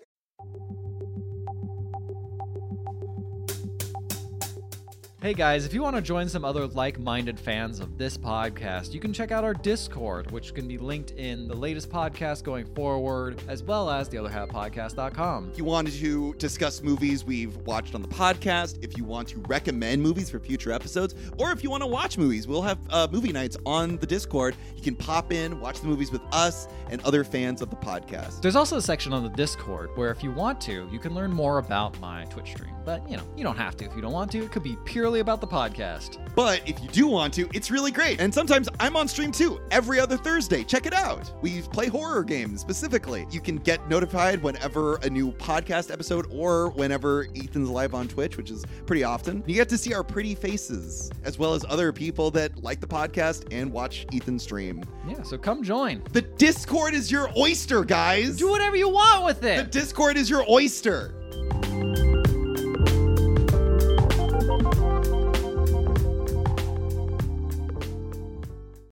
[SPEAKER 9] Hey guys, if you want to join some other like minded fans of this podcast, you can check out our Discord, which can be linked in the latest podcast going forward, as well as theotherhalfpodcast.com.
[SPEAKER 2] if you wanted to discuss movies we've watched on the podcast, if you want to recommend movies for future episodes, or if you want to watch movies, we'll have uh, movie nights on the Discord. You can pop in, watch the movies with us and other fans of the podcast.
[SPEAKER 9] There's also a section on the Discord where, if you want to, you can learn more about my Twitch stream. But, you know, you don't have to if you don't want to. It could be purely about the podcast.
[SPEAKER 2] But if you do want to, it's really great. And sometimes I'm on stream too, every other Thursday. Check it out. We play horror games specifically. You can get notified whenever a new podcast episode or whenever Ethan's live on Twitch, which is pretty often. You get to see our pretty faces, as well as other people that like the podcast and watch Ethan stream.
[SPEAKER 9] Yeah, so come join.
[SPEAKER 2] The Discord is your oyster, guys.
[SPEAKER 9] Do whatever you want with
[SPEAKER 2] The
[SPEAKER 9] it.
[SPEAKER 2] Discord is your oyster.